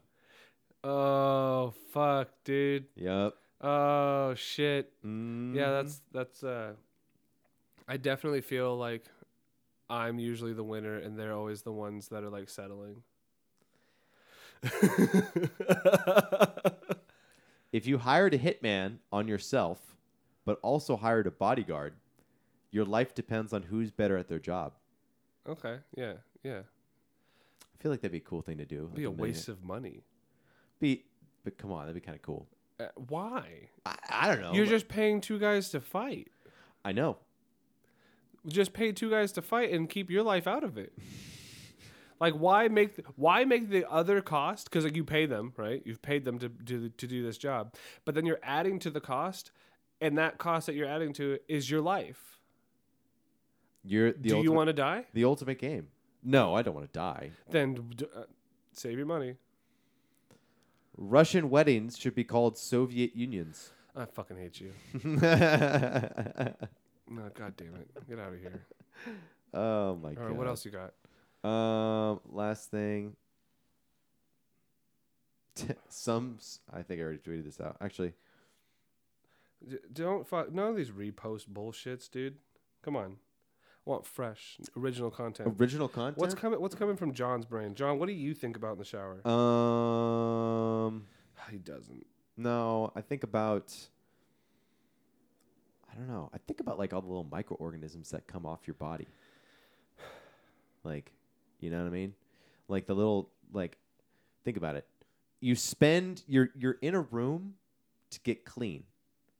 Speaker 2: Oh fuck, dude.
Speaker 3: Yep.
Speaker 2: Oh shit.
Speaker 3: Mm.
Speaker 2: Yeah, that's that's uh I definitely feel like I'm usually the winner and they're always the ones that are like (laughs) settling.
Speaker 3: If you hired a hitman on yourself, but also hired a bodyguard, your life depends on who's better at their job.
Speaker 2: okay, yeah, yeah.
Speaker 3: I feel like that'd be a cool thing to do. like
Speaker 2: Be a
Speaker 3: minute-
Speaker 2: waste of money.
Speaker 3: Be, but come on, that'd be kind of cool.
Speaker 2: Uh, why? Oh,
Speaker 3: I, I don't know.
Speaker 2: You're
Speaker 3: but-
Speaker 2: just paying two guys to fight.
Speaker 3: I know.
Speaker 2: Just pay two guys to fight and keep your life out of it. (laughs) like why make why make the other cost cuz like you pay them, right? You've paid them to do to do this job. But then you're adding to the cost and that cost that you're adding to it is your life.
Speaker 3: You're the
Speaker 2: do
Speaker 3: ultimate,
Speaker 2: you want to die?
Speaker 3: the ultimate game. No, I don't want to die.
Speaker 2: Then d- uh, save your money.
Speaker 3: Russian weddings should be called Soviet (laughs) unions.
Speaker 2: I fucking hate you. No, god damn it. Get out of
Speaker 3: (laughs)
Speaker 2: here.
Speaker 3: oh my
Speaker 2: All
Speaker 3: god.
Speaker 2: right, what else you got?
Speaker 3: Um, last thing. (laughs) Some, s- I think I already tweeted this out. Actually,
Speaker 2: D- don't fuck none of these repost bullshits, dude. Come on. I want fresh, original content.
Speaker 3: original content.
Speaker 2: What's coming? What's coming from John's brain? John, what do you think about in the shower?
Speaker 3: um,
Speaker 2: he doesn't.
Speaker 3: no, I think about. I I don't know. I think about like all the little microorganisms that come off your body. (sighs) Like, you know what I mean? Like the little like think about it. You spend you're you're in a room to get clean,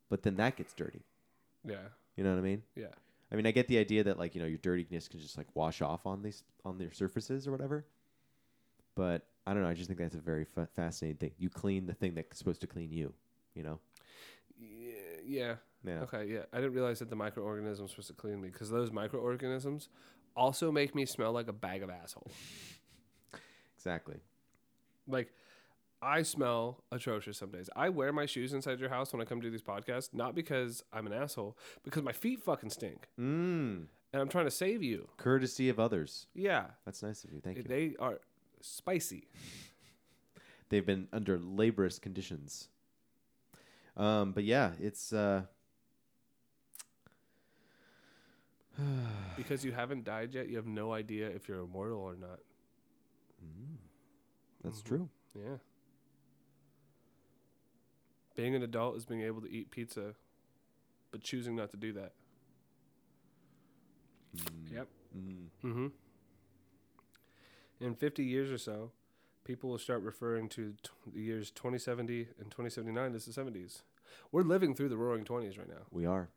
Speaker 3: but then that gets dirty.
Speaker 2: Yeah.
Speaker 3: You know what I mean?
Speaker 2: Yeah.
Speaker 3: I mean, I get the idea that like you know your dirtiness can just like wash off on these on their surfaces or whatever. But I don't know. I just think that's a very fa- fascinating thing. You clean the thing that's supposed to clean you. You know?
Speaker 2: Yeah. Yeah.
Speaker 3: Yeah.
Speaker 2: Okay, yeah. I didn't realize that the microorganisms were supposed to clean me because those microorganisms also make me smell like a bag of asshole.
Speaker 3: Exactly.
Speaker 2: Like, I smell atrocious some days. I wear my shoes inside your house when I come do these podcasts, not because I'm an asshole, because my feet fucking stink.
Speaker 3: Mm.
Speaker 2: And I'm trying to save you.
Speaker 3: Courtesy of others.
Speaker 2: Yeah.
Speaker 3: That's nice of you. Thank you.
Speaker 2: They are spicy.
Speaker 3: They've been under laborious conditions. Um, but yeah, it's uh,
Speaker 2: Because you haven't died yet, you have no idea if you're immortal or not.
Speaker 3: that's
Speaker 2: Mm-hmm.
Speaker 3: true.
Speaker 2: Yeah. Being an adult is being able to eat pizza, but choosing not to do that. Yep.
Speaker 3: Mm.
Speaker 2: Mm-hmm. In 50 years or so, people will start referring to t- the years 2070 and 2079 as the 70s. We're living through the roaring 20s right now.
Speaker 3: We are.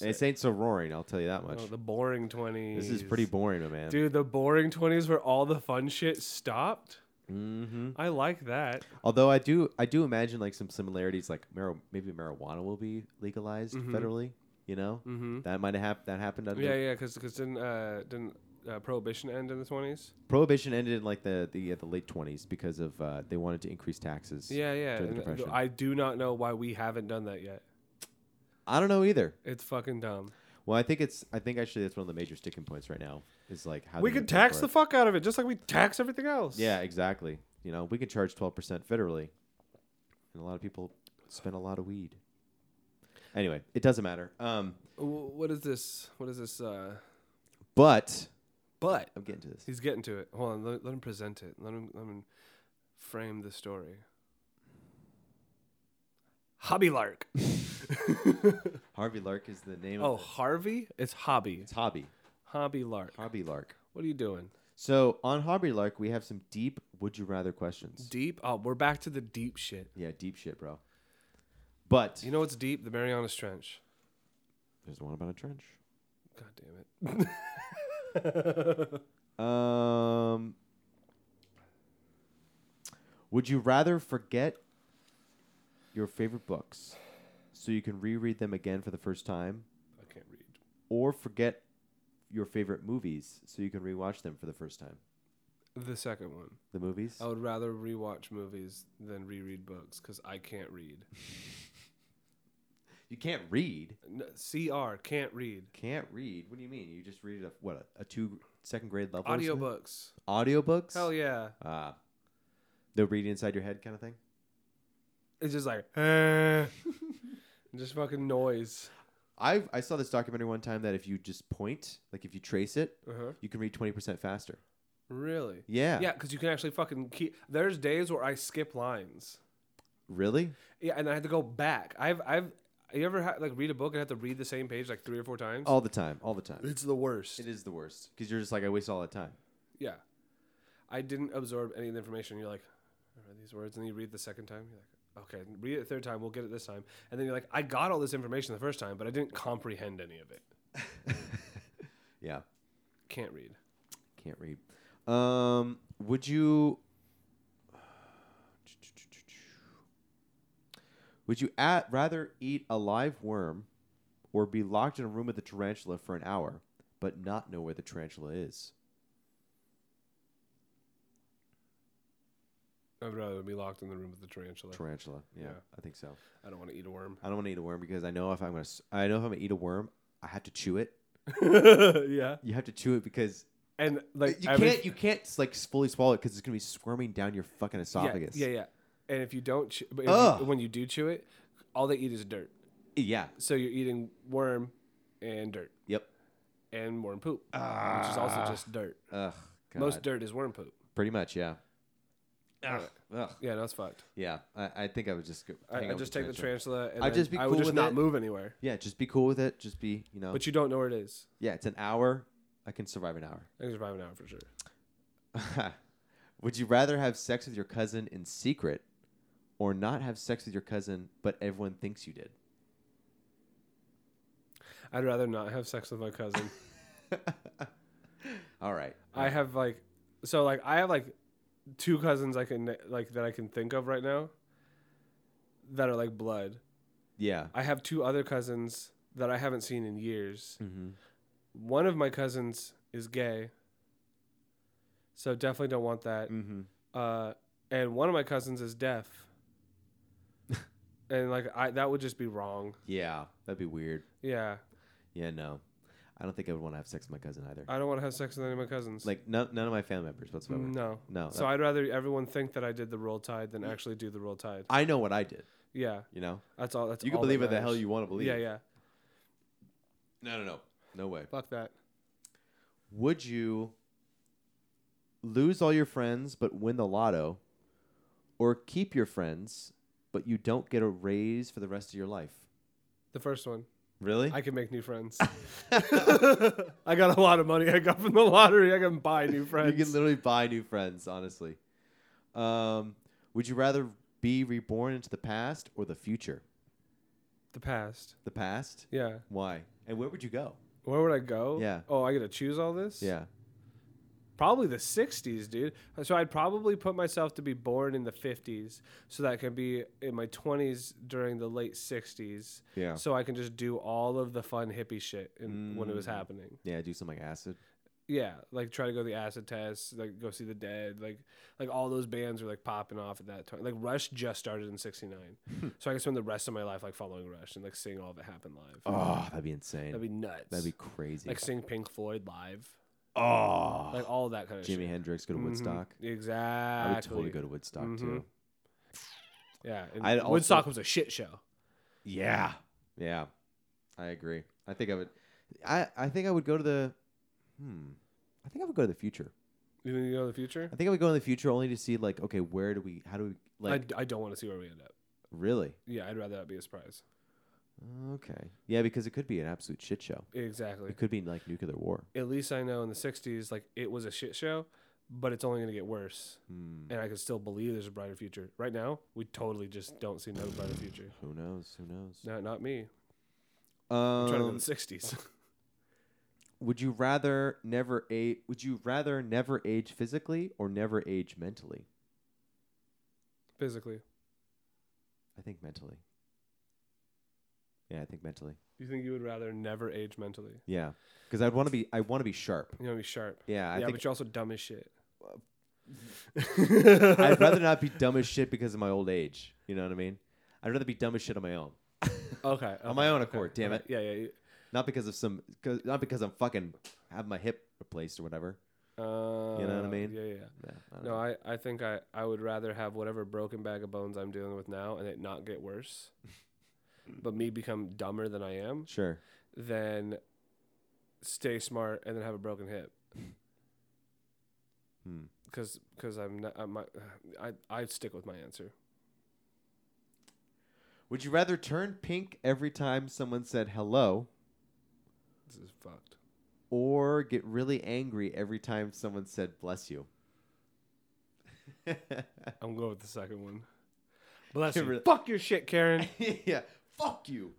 Speaker 3: It ain't so roaring. I'll tell you that much.
Speaker 2: Oh, the boring 20s.
Speaker 3: this is pretty boring, my man.
Speaker 2: Dude, the boring 20s where all the fun shit stopped?
Speaker 3: Mm-hmm.
Speaker 2: I like that.
Speaker 3: Although I do, I do imagine like some similarities, like mar- maybe marijuana will be legalized federally. You know,
Speaker 2: Mm-hmm.
Speaker 3: that might have hap- that happened under
Speaker 2: Yeah, yeah, because didn't, uh, didn't uh, Prohibition end in the 20s?
Speaker 3: prohibition ended in like the the, uh, the late twenties because of uh, they wanted to increase taxes.
Speaker 2: Yeah, yeah.
Speaker 3: During the
Speaker 2: and th-
Speaker 3: Depression.
Speaker 2: I do not know why we haven't done that yet.
Speaker 3: I don't know either.
Speaker 2: It's fucking dumb.
Speaker 3: Well, I think it's I think actually that's one of the major sticking points right now is like how
Speaker 2: We
Speaker 3: they
Speaker 2: could
Speaker 3: pay
Speaker 2: tax
Speaker 3: for
Speaker 2: the
Speaker 3: it.
Speaker 2: fuck out of it, just like we tax everything else.
Speaker 3: yeah exactly. You know, we could charge twelve percent federally, and a lot of people spend a lot of weed. Anyway, it doesn't matter. Um,
Speaker 2: Wh- What is this? What is this? Uh,
Speaker 3: but
Speaker 2: but
Speaker 3: I'm getting to this.
Speaker 2: he's getting to it. Hold on. Let, let him present it. Let him. Let him frame the story. Hobby
Speaker 3: (laughs)
Speaker 2: Lark.
Speaker 3: Harvey Lark is the name.
Speaker 2: Oh,
Speaker 3: of
Speaker 2: Harvey. It's Hobby.
Speaker 3: It's hobby.
Speaker 2: Hobby Lark.
Speaker 3: Hobby Lark.
Speaker 2: What are you doing?
Speaker 3: So on Hobby Lark, we have some deep would you rather questions.
Speaker 2: Deep. Oh, we're back to the deep shit.
Speaker 3: Yeah, deep shit, bro. But
Speaker 2: You know what's deep? The Marianas Trench.
Speaker 3: there's one about a trench.
Speaker 2: God damn it.
Speaker 3: Um, would you rather forget your favorite books so you can reread them again for the first time,
Speaker 2: I can't read.
Speaker 3: or forget your favorite movies so you can rewatch them for the first time?
Speaker 2: The second one.
Speaker 3: The movies.
Speaker 2: I would rather rewatch movies than reread books because I can't read.
Speaker 3: You can't read.
Speaker 2: N- CR can't read.
Speaker 3: Can't read. What do you mean? You just read a what a, a two second grade level or something?
Speaker 2: Audiobooks.
Speaker 3: Audiobooks.
Speaker 2: Hell yeah.
Speaker 3: Ah. the read inside your head kind of thing.
Speaker 2: It's just like, (laughs) eh. just fucking noise.
Speaker 3: I I saw this documentary one time that if you just point, like if you trace it,
Speaker 2: Uh-huh.
Speaker 3: you can read twenty percent faster.
Speaker 2: Really?
Speaker 3: Yeah.
Speaker 2: Yeah, because you can actually fucking keep. There's days where I skip lines.
Speaker 3: Really?
Speaker 2: Yeah, and I had to go back. I've, I've, you ever ha- like read a book and have to read the same page like three or four times?
Speaker 3: All the time. All the time.
Speaker 2: it's the worst.
Speaker 3: It is the worst because you're just like I waste all that time.
Speaker 2: Yeah. I didn't absorb any of the information. You're like, I read these words. And then you read the second time. You're like, okay, read it the third time. We'll get it this time. And then you're like, I got all this information the first time, but I didn't comprehend any of it.
Speaker 3: Yeah.
Speaker 2: Can't read.
Speaker 3: Can't read. Um. Would you? Would you at, rather eat a live worm, or be locked in a room with a tarantula for an hour, but not know where the tarantula is?
Speaker 2: I'd rather be locked in the room with the tarantula.
Speaker 3: Tarantula. Yeah,
Speaker 2: Yeah.
Speaker 3: I think so.
Speaker 2: I don't want to eat a
Speaker 3: (laughs)
Speaker 2: worm.
Speaker 3: I don't want to eat a worm because I know if I'm gonna, s- I know if I'm gonna eat a worm, I have to chew it.
Speaker 2: yeah.
Speaker 3: You have to chew it because
Speaker 2: And like,
Speaker 3: you
Speaker 2: every-
Speaker 3: can't, you can't like fully swallow it because it's gonna be squirming down your fucking esophagus.
Speaker 2: Yeah, yeah, yeah. And if you don't, chew, but if you,
Speaker 3: Ugh.
Speaker 2: when you do chew it, all they eat is dirt.
Speaker 3: Yeah.
Speaker 2: So you're eating worm and dirt
Speaker 3: Yep.
Speaker 2: and worm poop, which is also just dirt.
Speaker 3: Ugh. Ah. God.
Speaker 2: Most dirt is worm poop.
Speaker 3: Pretty much. Yeah.
Speaker 2: Ugh.
Speaker 3: Ugh.
Speaker 2: Yeah, that's fucked.
Speaker 3: Yeah, I, I think I would just go.
Speaker 2: I,
Speaker 3: hang
Speaker 2: I
Speaker 3: out
Speaker 2: just
Speaker 3: with
Speaker 2: take the tarantula. And
Speaker 3: I'd
Speaker 2: then
Speaker 3: just be
Speaker 2: I would
Speaker 3: cool
Speaker 2: just
Speaker 3: with
Speaker 2: not
Speaker 3: it.
Speaker 2: move anywhere.
Speaker 3: Yeah, just be cool with it. Just be, you know.
Speaker 2: But you don't know where it is.
Speaker 3: yeah, it's an hour. I can survive an hour.
Speaker 2: I can survive an hour for sure.
Speaker 3: (laughs) Would you rather have sex with your cousin in secret or not have sex with your cousin but everyone thinks you did?
Speaker 2: I'd rather not have sex with my cousin.
Speaker 3: All right.
Speaker 2: (laughs) I have like, so like I have like two cousins I can like that I can think of right now that are like blood.
Speaker 3: Yeah.
Speaker 2: I have two other cousins that I haven't seen in years.
Speaker 3: Mm-hmm.
Speaker 2: One of my cousins is gay, so definitely don't want that.
Speaker 3: Mm-hmm.
Speaker 2: Uh, and one of my cousins is (laughs) deaf, and like I that would just be wrong.
Speaker 3: Yeah, that'd be weird.
Speaker 2: Yeah,
Speaker 3: Yeah, no. I don't think I would want to have sex with my cousin either.
Speaker 2: I don't want to have sex with any of my cousins.
Speaker 3: like, no, none of my family members whatsoever.
Speaker 2: no,
Speaker 3: No.
Speaker 2: So I'd rather everyone think that I did the roll tide than actually do the roll tide.
Speaker 3: I know what I did,
Speaker 2: Yeah,
Speaker 3: you know?
Speaker 2: that's all. That's
Speaker 3: You can
Speaker 2: all that
Speaker 3: believe what the
Speaker 2: matters.
Speaker 3: hell you want to believe.
Speaker 2: Yeah, yeah.
Speaker 3: No, no, no. No way.
Speaker 2: Fuck that.
Speaker 3: Would you lose all your friends but win the lotto or keep your friends but you don't get a raise for the rest of your life?
Speaker 2: The first one.
Speaker 3: Really?
Speaker 2: I (laughs) can make new friends. I got a lot of money I got from the lottery. I can buy new friends.
Speaker 3: (laughs) You can literally buy new friends, honestly. Um, would you rather be reborn into the past or the future?
Speaker 2: the past.
Speaker 3: The past?
Speaker 2: Yeah.
Speaker 3: Why? And where would you go?
Speaker 2: Where would I go?
Speaker 3: Yeah.
Speaker 2: Oh, I got to choose all this?
Speaker 3: Yeah.
Speaker 2: Probably the 60s, dude. So I'd probably put myself to be born in the 50s so that I can be in my 20s during the late 60s.
Speaker 3: Yeah.
Speaker 2: So I can just do all of the fun hippie shit in, when it
Speaker 3: Mm.
Speaker 2: was happening.
Speaker 3: Yeah, do something like acid.
Speaker 2: Yeah, like try to go to the acid test, like go see the dead, like like all those bands were like popping off at that time. Like Rush just started in '69,
Speaker 3: Hmm.
Speaker 2: so I can spend the rest of my life like following Rush and like seeing all of it happen live.
Speaker 3: Oh, that'd be insane.
Speaker 2: That'd be nuts.
Speaker 3: That'd be crazy.
Speaker 2: like seeing Pink Floyd live,
Speaker 3: oh,
Speaker 2: like all that kind of
Speaker 3: Jimi
Speaker 2: shit.
Speaker 3: Hendrix go to
Speaker 2: Mhm.
Speaker 3: Woodstock.
Speaker 2: Exactly.
Speaker 3: I would totally go to Woodstock too.
Speaker 2: Mm-hmm. Yeah, and
Speaker 3: I'd also-
Speaker 2: Woodstock was a shit show.
Speaker 3: Yeah. Yeah. I agree. I think I would. I I think I would go to the. Hmm. I think I would go to the future.
Speaker 2: You think you know the future?
Speaker 3: I think I would go in the future only to see like, okay, where do we? How do we? Like,
Speaker 2: I, I don't want to see where we end up.
Speaker 3: really?
Speaker 2: Yeah, I'd rather that be a surprise.
Speaker 3: Okay. Yeah, because it could be an absolute shit show.
Speaker 2: Exactly.
Speaker 3: It could be like nuclear war.
Speaker 2: At least I know in the '60s, like it was a shit show, but it's only gonna get worse.
Speaker 3: Hmm.
Speaker 2: and I can still believe there's a brighter future. Right now, we totally just don't see no brighter future.
Speaker 3: Who knows? Who knows?
Speaker 2: No, not me. I'm trying to go
Speaker 3: Um,
Speaker 2: to the '60s.
Speaker 3: would you rather never age? Would you rather never age physically or never age mentally?
Speaker 2: (laughs) Physically,
Speaker 3: I think mentally. Yeah, I think mentally.
Speaker 2: you think you would rather never age mentally?
Speaker 3: Yeah, because I'd want to be. I want to be sharp.
Speaker 2: You know, be sharp.
Speaker 3: Yeah, I
Speaker 2: yeah,
Speaker 3: think
Speaker 2: but you're also dumb as
Speaker 3: (laughs)
Speaker 2: shit.
Speaker 3: I'd rather not be dumb as shit because of my old age. You know what I mean? I'd rather be dumb as shit on my own,
Speaker 2: (laughs) (laughs) Okay,
Speaker 3: on my
Speaker 2: okay, okay,
Speaker 3: own accord. Damn
Speaker 2: okay.
Speaker 3: it!
Speaker 2: Yeah, yeah.
Speaker 3: Not because of some. 'cause- Not because I'm fucking have my hip replaced or whatever.
Speaker 2: yeah. Uh,
Speaker 3: know what I mean?
Speaker 2: Yeah, yeah.
Speaker 3: Yeah, I don't
Speaker 2: No,
Speaker 3: know.
Speaker 2: I, I think I, I would rather have whatever broken bag of bones I'm dealing with now and it not get
Speaker 3: (laughs)
Speaker 2: worse, but me become dumber than I am
Speaker 3: Sure.
Speaker 2: than stay smart and then have a broken hip.
Speaker 3: Hmm.
Speaker 2: because because I'm not I'm, not- I I stick with my answer.
Speaker 3: Would you rather turn pink every time someone said hello
Speaker 2: This is fucked.
Speaker 3: or get really angry every time someone said bless you?
Speaker 2: I'm going with the second one. Bless
Speaker 3: It
Speaker 2: you.
Speaker 3: really-
Speaker 2: Fuck your shit, Karen.
Speaker 3: (laughs) yeah. Fuck you.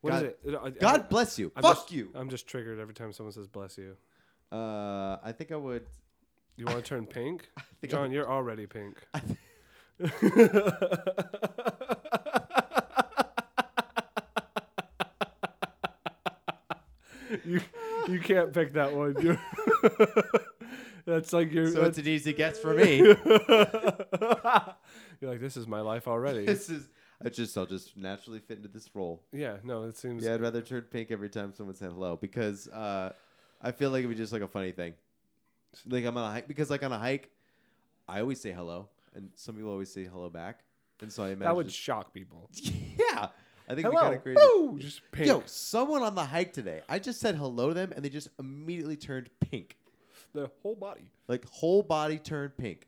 Speaker 2: What is
Speaker 3: God-
Speaker 2: it? I- I-
Speaker 3: God bless you.
Speaker 2: I'm
Speaker 3: Fuck
Speaker 2: just-
Speaker 3: you.
Speaker 2: I'm just triggered every time someone says bless you.
Speaker 3: Uh, I think I would.
Speaker 2: You want to turn
Speaker 3: (laughs)
Speaker 2: pink,
Speaker 3: think
Speaker 2: John? You're already pink. (laughs) you you can't pick that one. You- (laughs) that's like your.
Speaker 3: So it's (laughs)
Speaker 2: that's-
Speaker 3: an easy guess for me.
Speaker 2: (laughs) you're like this is my life already.
Speaker 3: (laughs) this is. I just. I'll just naturally fit into this role.
Speaker 2: Yeah, no, it seems.
Speaker 3: Yeah, I'd rather turn pink every time someone said hello because uh, I feel like it'd be just like a funny thing. Like I'm on a hike because like on a hike, I always say hello, and some people always say hello back, and so I imagine (laughs)
Speaker 2: that would shock people.
Speaker 3: yeah. I think it'd be kind
Speaker 2: Hello,
Speaker 3: of crazy.
Speaker 2: Woo! just pink.
Speaker 3: Yo, someone on the hike today. I just said hello to them, and they just immediately turned pink,
Speaker 2: the whole body.
Speaker 3: like whole body turned pink,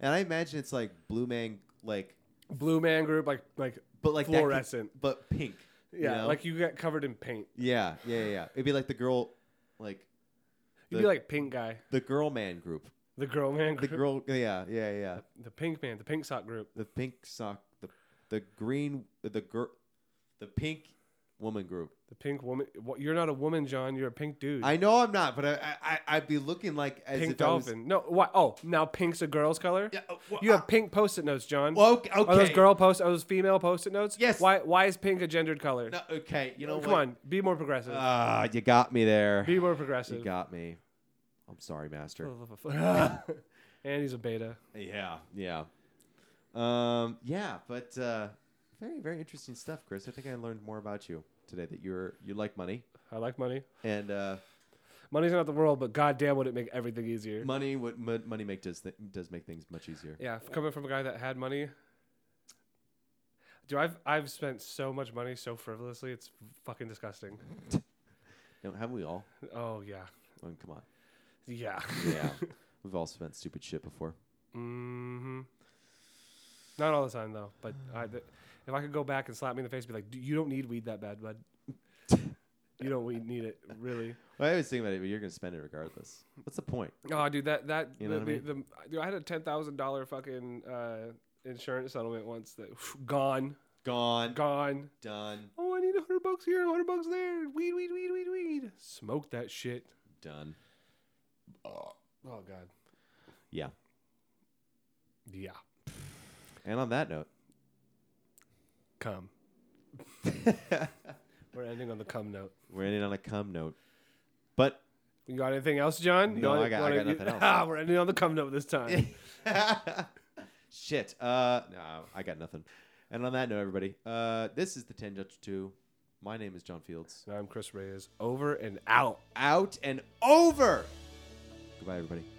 Speaker 3: And I imagine it's like Blue Man, like,
Speaker 2: Blue Man Group, like like
Speaker 3: but like that could-
Speaker 2: fluorescent.
Speaker 3: but pink. you
Speaker 2: yeah,
Speaker 3: know?
Speaker 2: like you got covered in paint.
Speaker 3: yeah, yeah, yeah, yeah. It'd be like the girl, like
Speaker 2: You'd
Speaker 3: The-
Speaker 2: be like pink guy,
Speaker 3: the girl man group.
Speaker 2: the girl man
Speaker 3: The
Speaker 2: group, the,
Speaker 3: girl, yeah, yeah, yeah.
Speaker 2: pink man, the pink sock group.
Speaker 3: The pink sock, the the green, the girl, the pink woman group.
Speaker 2: The pink woman. What, you're not a woman, John. You're a pink dude.
Speaker 3: I know I'm not, but I, I- I I'd be looking like as
Speaker 2: pink
Speaker 3: if I was-
Speaker 2: dolphin. No, why? Oh, now pink's a girl's color.
Speaker 3: Yeah, oh, well,
Speaker 2: you have
Speaker 3: uh,
Speaker 2: pink post-it notes, John.
Speaker 3: Well, okay.
Speaker 2: Are those girl post? Are those female post-it notes?
Speaker 3: Yes.
Speaker 2: Why? Why is pink a gendered color?
Speaker 3: No, okay, you know
Speaker 2: Come
Speaker 3: what?
Speaker 2: on, be more progressive.
Speaker 3: Ah, you got me there.
Speaker 2: be more
Speaker 3: You
Speaker 2: progressive.
Speaker 3: got me. I'm sorry, master.
Speaker 2: (laughs) and he's a beta.
Speaker 3: Yeah, yeah, um, yeah. But uh, very, very interesting stuff, Chris. I think I learned more about you today. That you're you like money,
Speaker 2: I like money.
Speaker 3: and uh,
Speaker 2: Money's not the world, but goddamn, would it make everything easier?
Speaker 3: money what mon- money make does th- does make things much easier.
Speaker 2: Yeah, f- coming from a guy that had money. Dude, I've I've spent so much money so frivolously. It's fucking disgusting.
Speaker 3: Don't haven't we all?
Speaker 2: Oh yeah,
Speaker 3: I mean, come on.
Speaker 2: yeah. (laughs)
Speaker 3: Yeah, (laughs) we've all spent stupid shit before.
Speaker 2: hmm Not all the time though, but I, th- if I could go back and slap me in the face, and be like, "D- you don't need weed that bad, bud. you don't we- need it
Speaker 3: (laughs)
Speaker 2: really.
Speaker 3: Well, I always think about it, but you're gonna spend it regardless. What's the point?
Speaker 2: Oh, dude, that that
Speaker 3: You know
Speaker 2: the,
Speaker 3: what I
Speaker 2: the, the- dude, I had a ten thousand dollar fucking uh, insurance settlement once that gone,
Speaker 3: Gone,
Speaker 2: gone.
Speaker 3: done,
Speaker 2: Oh, I need a hundred bucks here, a hundred bucks there. Weed, weed, weed, weed, weed. Smoke that shit.
Speaker 3: done.
Speaker 2: Oh God.
Speaker 3: Yeah.
Speaker 2: Yeah.
Speaker 3: And on that (laughs) note,
Speaker 2: Come. We're ending on the come note.
Speaker 3: we're ending on a cum note. But (laughs)
Speaker 2: You got anything else, John? You
Speaker 3: No,
Speaker 2: wanna-
Speaker 3: I got-
Speaker 2: wanna-
Speaker 3: I
Speaker 2: (laughs)
Speaker 3: got nothing
Speaker 2: you-
Speaker 3: else.
Speaker 2: Ah, we're ending on the come note this
Speaker 3: (laughs)
Speaker 2: time.
Speaker 3: Shit. Uh, no, I got nothing. And on that note, everybody, uh, this is the Ten Judge Two. My name is John Fields.
Speaker 2: and I'm Chris Reyes. Over and out.
Speaker 3: Out and over. Goodbye, everybody.